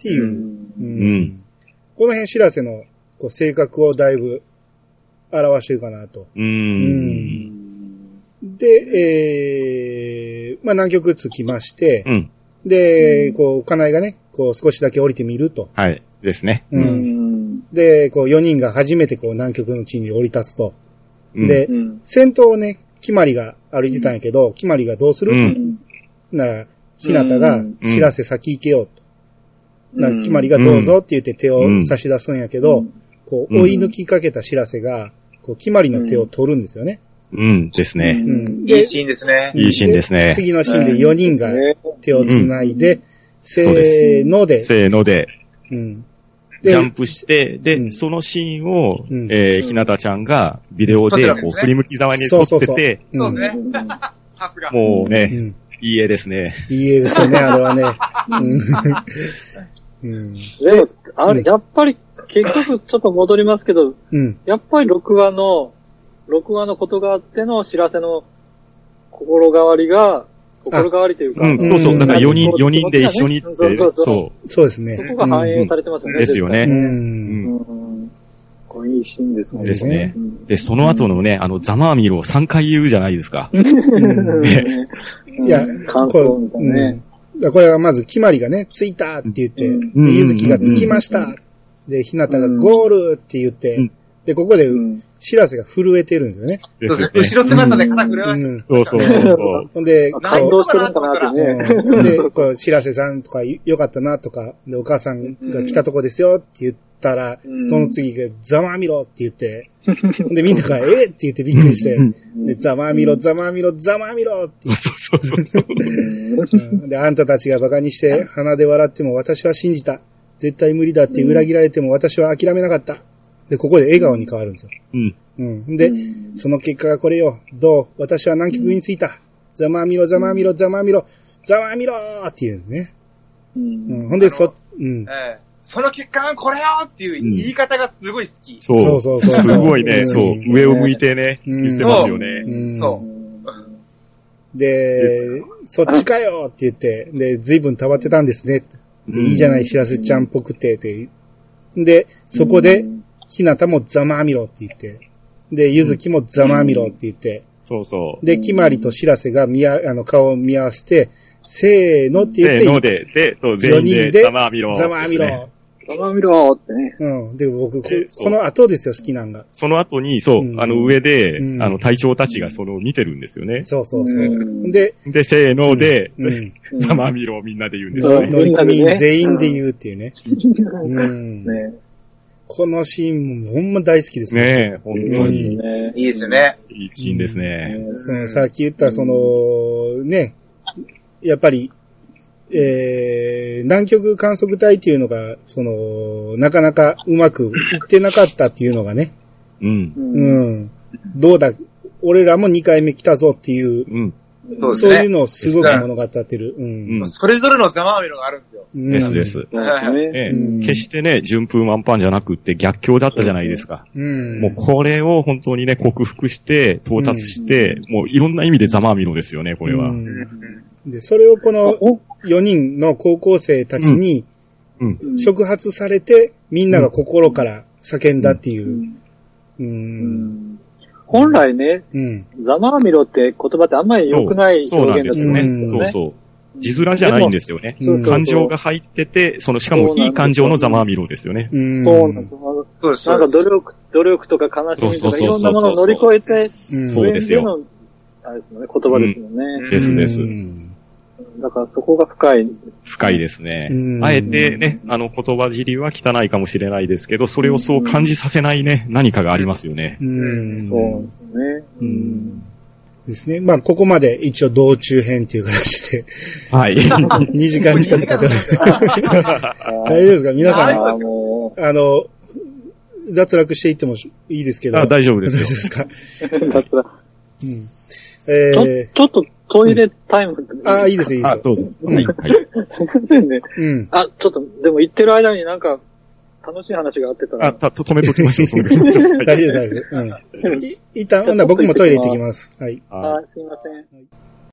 [SPEAKER 1] ていうう。
[SPEAKER 2] ん
[SPEAKER 1] うん
[SPEAKER 5] うん
[SPEAKER 1] この辺、知らせの、こう、性格をだいぶ、表してるかなと。
[SPEAKER 2] う
[SPEAKER 5] う。
[SPEAKER 2] んん
[SPEAKER 1] で、えー、まあ、南極着きまして、
[SPEAKER 5] うん。
[SPEAKER 1] で、
[SPEAKER 2] うん
[SPEAKER 1] こう、家内がね、こう、少しだけ降りてみると。
[SPEAKER 5] はい。ですね。
[SPEAKER 1] う。
[SPEAKER 2] うんん
[SPEAKER 1] で、こう、4人が初めて、こう、南極の地に降り立つと。
[SPEAKER 5] うん
[SPEAKER 1] で、
[SPEAKER 2] うん
[SPEAKER 1] 先頭をね、決まりが歩いてたんやけど、決まりがどうする、
[SPEAKER 5] う
[SPEAKER 2] うんん
[SPEAKER 1] なら、ひなたが
[SPEAKER 2] うん、
[SPEAKER 1] 知らせ先行けよと。な
[SPEAKER 2] うん
[SPEAKER 1] 決まりがどうぞって言って手を差し出すんやけど、こう、
[SPEAKER 5] うん
[SPEAKER 1] 追い抜きかけた知らせが、こう、決まりの手を取るんですよね。
[SPEAKER 5] うん。ですね。
[SPEAKER 1] う。
[SPEAKER 2] うん
[SPEAKER 4] い
[SPEAKER 1] で
[SPEAKER 4] い、シーンですね。
[SPEAKER 5] いいシーンですね。
[SPEAKER 1] 次のシーンで4人が手を繋いで、
[SPEAKER 5] そう
[SPEAKER 1] せ
[SPEAKER 5] で
[SPEAKER 1] ーので、
[SPEAKER 5] せーので、
[SPEAKER 1] うん。
[SPEAKER 5] ジャ
[SPEAKER 1] で
[SPEAKER 5] ン、プして、で、
[SPEAKER 1] うん
[SPEAKER 5] そのシーンを、
[SPEAKER 1] うん
[SPEAKER 5] えー、ひなたちゃんがビデオ
[SPEAKER 4] 撮って
[SPEAKER 5] で、
[SPEAKER 4] たん
[SPEAKER 5] こ
[SPEAKER 4] ですね
[SPEAKER 5] う、振り向きざまに
[SPEAKER 1] そ
[SPEAKER 5] 撮
[SPEAKER 1] う
[SPEAKER 5] っ
[SPEAKER 1] そうそ
[SPEAKER 5] て
[SPEAKER 1] う
[SPEAKER 5] て、
[SPEAKER 4] そうです
[SPEAKER 2] う
[SPEAKER 4] ね。
[SPEAKER 2] ん
[SPEAKER 4] さすが。
[SPEAKER 5] もう
[SPEAKER 1] う
[SPEAKER 5] ね、
[SPEAKER 1] ん。
[SPEAKER 5] いい絵ですね。
[SPEAKER 1] いい絵ですよね、あれはね。うん。
[SPEAKER 2] でも、あ
[SPEAKER 1] うん
[SPEAKER 2] れ、やっぱり、結局、ちょっと戻りますけど、
[SPEAKER 1] うん。
[SPEAKER 2] やっぱり録画の、録画のことがあっての知らせの心変わりが、心変わりというか、
[SPEAKER 5] うん、そうそうう、
[SPEAKER 1] ん
[SPEAKER 5] だから4人
[SPEAKER 2] う、ん
[SPEAKER 5] 4人で一緒にっ
[SPEAKER 2] そ
[SPEAKER 5] て、
[SPEAKER 2] うそうそう
[SPEAKER 5] そ
[SPEAKER 1] そうですね
[SPEAKER 2] そ。こが反映されてますよ
[SPEAKER 5] う、
[SPEAKER 2] ね。
[SPEAKER 5] ですよ
[SPEAKER 1] う。
[SPEAKER 5] ね。うんん
[SPEAKER 2] うん。これいいシーンですもん
[SPEAKER 5] ですね
[SPEAKER 2] う。ん
[SPEAKER 5] で、その後のね、あの、ザマーミルを3回言うじゃないですか。
[SPEAKER 1] うん
[SPEAKER 2] うん
[SPEAKER 1] いや
[SPEAKER 2] 感
[SPEAKER 1] こ
[SPEAKER 2] 想
[SPEAKER 1] う
[SPEAKER 2] みたいなね。
[SPEAKER 1] うん、だからこれはまず、決まりがね、着いたって言って、
[SPEAKER 2] うん
[SPEAKER 5] うん
[SPEAKER 1] で、ゆずきが着きました。で、ひなたがゴールって言って、
[SPEAKER 5] うん
[SPEAKER 1] で、ここで
[SPEAKER 2] う、ん
[SPEAKER 1] しらせが震えてるんですよね。
[SPEAKER 5] で
[SPEAKER 4] そう
[SPEAKER 5] す
[SPEAKER 4] で
[SPEAKER 5] よ
[SPEAKER 4] すね。後ろ姿で肩震えまし
[SPEAKER 1] うん。
[SPEAKER 5] ね。そうそうそうそう。
[SPEAKER 1] ほんで、こ
[SPEAKER 2] 感
[SPEAKER 1] う、
[SPEAKER 2] 動してるんかなってね。
[SPEAKER 1] うん で、こう、しらせさんとか、よかったなとか、で、お母さんが来たとこですよって言ったら、
[SPEAKER 2] うん
[SPEAKER 1] その次が、ざまあみろって言っ て、ほんで、みんなが、えーって言ってびっくりして、で、ざまあみろ、ざまあみろ、ざまあみろって言って
[SPEAKER 5] そうそうそう。
[SPEAKER 1] うんで、あんたたちが馬鹿にして、鼻で笑っても私は信じた。絶対無理だって裏切られても私は諦めなかった。で、ここで笑顔に変わるんですよ。
[SPEAKER 5] うん。
[SPEAKER 1] うん。で、その結果がこれよ。どう私は南極に着いた。ざまあみろ、ざまあみろ、ざまあみろ、ざまあみろーって言うんですね。
[SPEAKER 2] うん
[SPEAKER 1] うん。ほんで、
[SPEAKER 4] あの
[SPEAKER 1] そ、うん。
[SPEAKER 4] た。ええその結果がこれよっていう言い方がすごい好き。
[SPEAKER 5] そう。
[SPEAKER 1] そうそうそう
[SPEAKER 5] すごいね、そうう。
[SPEAKER 1] ん
[SPEAKER 5] 上を向いてね、
[SPEAKER 1] うん
[SPEAKER 5] 言ってますよね。
[SPEAKER 1] うん
[SPEAKER 4] そう
[SPEAKER 1] で、そっちかよって言って、で、随分溜まってたんですね。で
[SPEAKER 5] うん
[SPEAKER 1] いいじゃない、しらせちゃんっぽくて、って。で、そこで、ひなたもざまあみろって言って、で、ゆずきもざまあみろって言って、
[SPEAKER 5] そうそう。
[SPEAKER 1] で、きまりとしらせが見あ、あの、顔を見合わせて、せーのって言って、
[SPEAKER 5] せーので、で、そう、全
[SPEAKER 1] 四人
[SPEAKER 5] 員
[SPEAKER 1] で
[SPEAKER 5] で、ザマーミロ。
[SPEAKER 1] ざまあみ
[SPEAKER 5] ですね
[SPEAKER 1] ろ。
[SPEAKER 2] 生見ろってね。
[SPEAKER 1] うん。で、僕、こ
[SPEAKER 5] でそう
[SPEAKER 1] この後ですよ、好きなんが。
[SPEAKER 5] その後に、そう、
[SPEAKER 1] うん
[SPEAKER 5] あの上で、
[SPEAKER 1] うん
[SPEAKER 5] あの隊長たちがそれを見てるんですよね。
[SPEAKER 1] そうそうそうう。
[SPEAKER 2] ん
[SPEAKER 1] で、
[SPEAKER 5] で、せーので、
[SPEAKER 1] うん
[SPEAKER 2] うん
[SPEAKER 5] ざまみろをみんなで言うんです
[SPEAKER 1] の
[SPEAKER 5] よ
[SPEAKER 2] うん
[SPEAKER 5] ね。
[SPEAKER 1] 乗組員
[SPEAKER 2] みんなでね
[SPEAKER 1] 全員で言うっていうね。うん。
[SPEAKER 2] ね
[SPEAKER 1] このシーンもほんま大好きですね。
[SPEAKER 5] ねえ、本当に
[SPEAKER 1] うん
[SPEAKER 2] ね
[SPEAKER 4] いいですよ。ね。
[SPEAKER 5] いいシーンですね。
[SPEAKER 1] そのさっき言った、その、ね、やっぱり、えー、南極観測隊っていうのが、その、なかなかうまくいってなかったっていうのがね、
[SPEAKER 5] うん。
[SPEAKER 2] うん。
[SPEAKER 1] うん。どうだ、俺らも2回目来たぞっていう、
[SPEAKER 5] うん。
[SPEAKER 4] そうです
[SPEAKER 1] そう
[SPEAKER 4] ね。
[SPEAKER 1] いうのをすごく物語ってる。うん
[SPEAKER 5] うん。
[SPEAKER 4] それぞれのざまあみろがあるんですよ。
[SPEAKER 1] うん。
[SPEAKER 5] ですです。
[SPEAKER 2] なんですね
[SPEAKER 5] ええ
[SPEAKER 1] うん
[SPEAKER 5] 決してね、順風満帆じゃなくって逆境だったじゃないですか。
[SPEAKER 1] うん。
[SPEAKER 5] もうこれを本当にね、克服して、到達して、もういろんな意味でざまあみろですよね、これは。
[SPEAKER 1] う
[SPEAKER 5] うん。
[SPEAKER 1] んで、それをこの
[SPEAKER 2] お
[SPEAKER 1] 4人の高校生たちに触発されて、みんなが心から叫んだっていうう。
[SPEAKER 2] ん
[SPEAKER 1] う。
[SPEAKER 2] うんん本来ね、
[SPEAKER 1] うん。
[SPEAKER 2] ざまあみろって言葉ってあんまり良くない
[SPEAKER 5] そうな
[SPEAKER 2] 表
[SPEAKER 5] んで
[SPEAKER 2] 現
[SPEAKER 5] す
[SPEAKER 2] だ
[SPEAKER 5] よ
[SPEAKER 2] と思
[SPEAKER 5] ね。
[SPEAKER 2] うんです
[SPEAKER 5] そ
[SPEAKER 2] よ
[SPEAKER 5] う
[SPEAKER 2] ね。
[SPEAKER 5] そう。字面じゃないんですよね。
[SPEAKER 2] そううんそう
[SPEAKER 5] 感情が入ってて、その、しか
[SPEAKER 2] そうな
[SPEAKER 5] も
[SPEAKER 2] んです
[SPEAKER 5] いい感情のざまあみろですよね。
[SPEAKER 1] うん。
[SPEAKER 2] そうなんですよ。
[SPEAKER 4] そうです。
[SPEAKER 2] なん
[SPEAKER 4] そ
[SPEAKER 2] か
[SPEAKER 4] うです
[SPEAKER 2] 努力、努力とか悲しみとかい
[SPEAKER 5] そう
[SPEAKER 2] ろん
[SPEAKER 5] そ
[SPEAKER 2] な
[SPEAKER 5] う
[SPEAKER 2] もの
[SPEAKER 5] そ
[SPEAKER 2] を
[SPEAKER 5] うそ
[SPEAKER 2] 乗
[SPEAKER 5] う
[SPEAKER 2] り越えて、
[SPEAKER 1] うん
[SPEAKER 5] そうですよ
[SPEAKER 2] 上の。あれですもんね、言葉ですもんね。
[SPEAKER 5] ですです。
[SPEAKER 1] うん
[SPEAKER 2] だからそこが深い。
[SPEAKER 5] 深いですね
[SPEAKER 1] う。ん
[SPEAKER 5] あえてね、あの言葉尻は汚いかもしれないですけど、それをそう感じさせないね、何かがありますよね。
[SPEAKER 1] うん。
[SPEAKER 2] そうですね。
[SPEAKER 1] う。ん。ですね。まあ、ここまで一応道中編っていう形 で、
[SPEAKER 5] はい。
[SPEAKER 1] 2時間近く経って ます。
[SPEAKER 2] あ
[SPEAKER 1] 大丈夫ですか皆さん、
[SPEAKER 2] あ、も
[SPEAKER 1] あの、脱落していってもいいですけど。
[SPEAKER 5] あ 大丈夫です
[SPEAKER 1] 大丈夫
[SPEAKER 5] よ。
[SPEAKER 1] ですか
[SPEAKER 2] う、だったら、
[SPEAKER 1] うん。
[SPEAKER 2] ちょ
[SPEAKER 1] え
[SPEAKER 2] ちょっとトイレタイム。
[SPEAKER 1] ー、ああ、いいです、いいです
[SPEAKER 5] あ、
[SPEAKER 1] よ。
[SPEAKER 5] どうぞ。
[SPEAKER 1] うん
[SPEAKER 5] はい。はい
[SPEAKER 2] すいませんね。
[SPEAKER 1] うん。
[SPEAKER 2] あ、ちょっと、でも言ってる間になんか、楽しい話があってた
[SPEAKER 5] あ、
[SPEAKER 2] ら。
[SPEAKER 5] た、止めときましょう止めときましょう。
[SPEAKER 1] 大丈夫です、大丈夫です。うん。い一旦、ほんなら僕もトイレ行ってきます。はい。
[SPEAKER 5] あ
[SPEAKER 2] あ、すいません。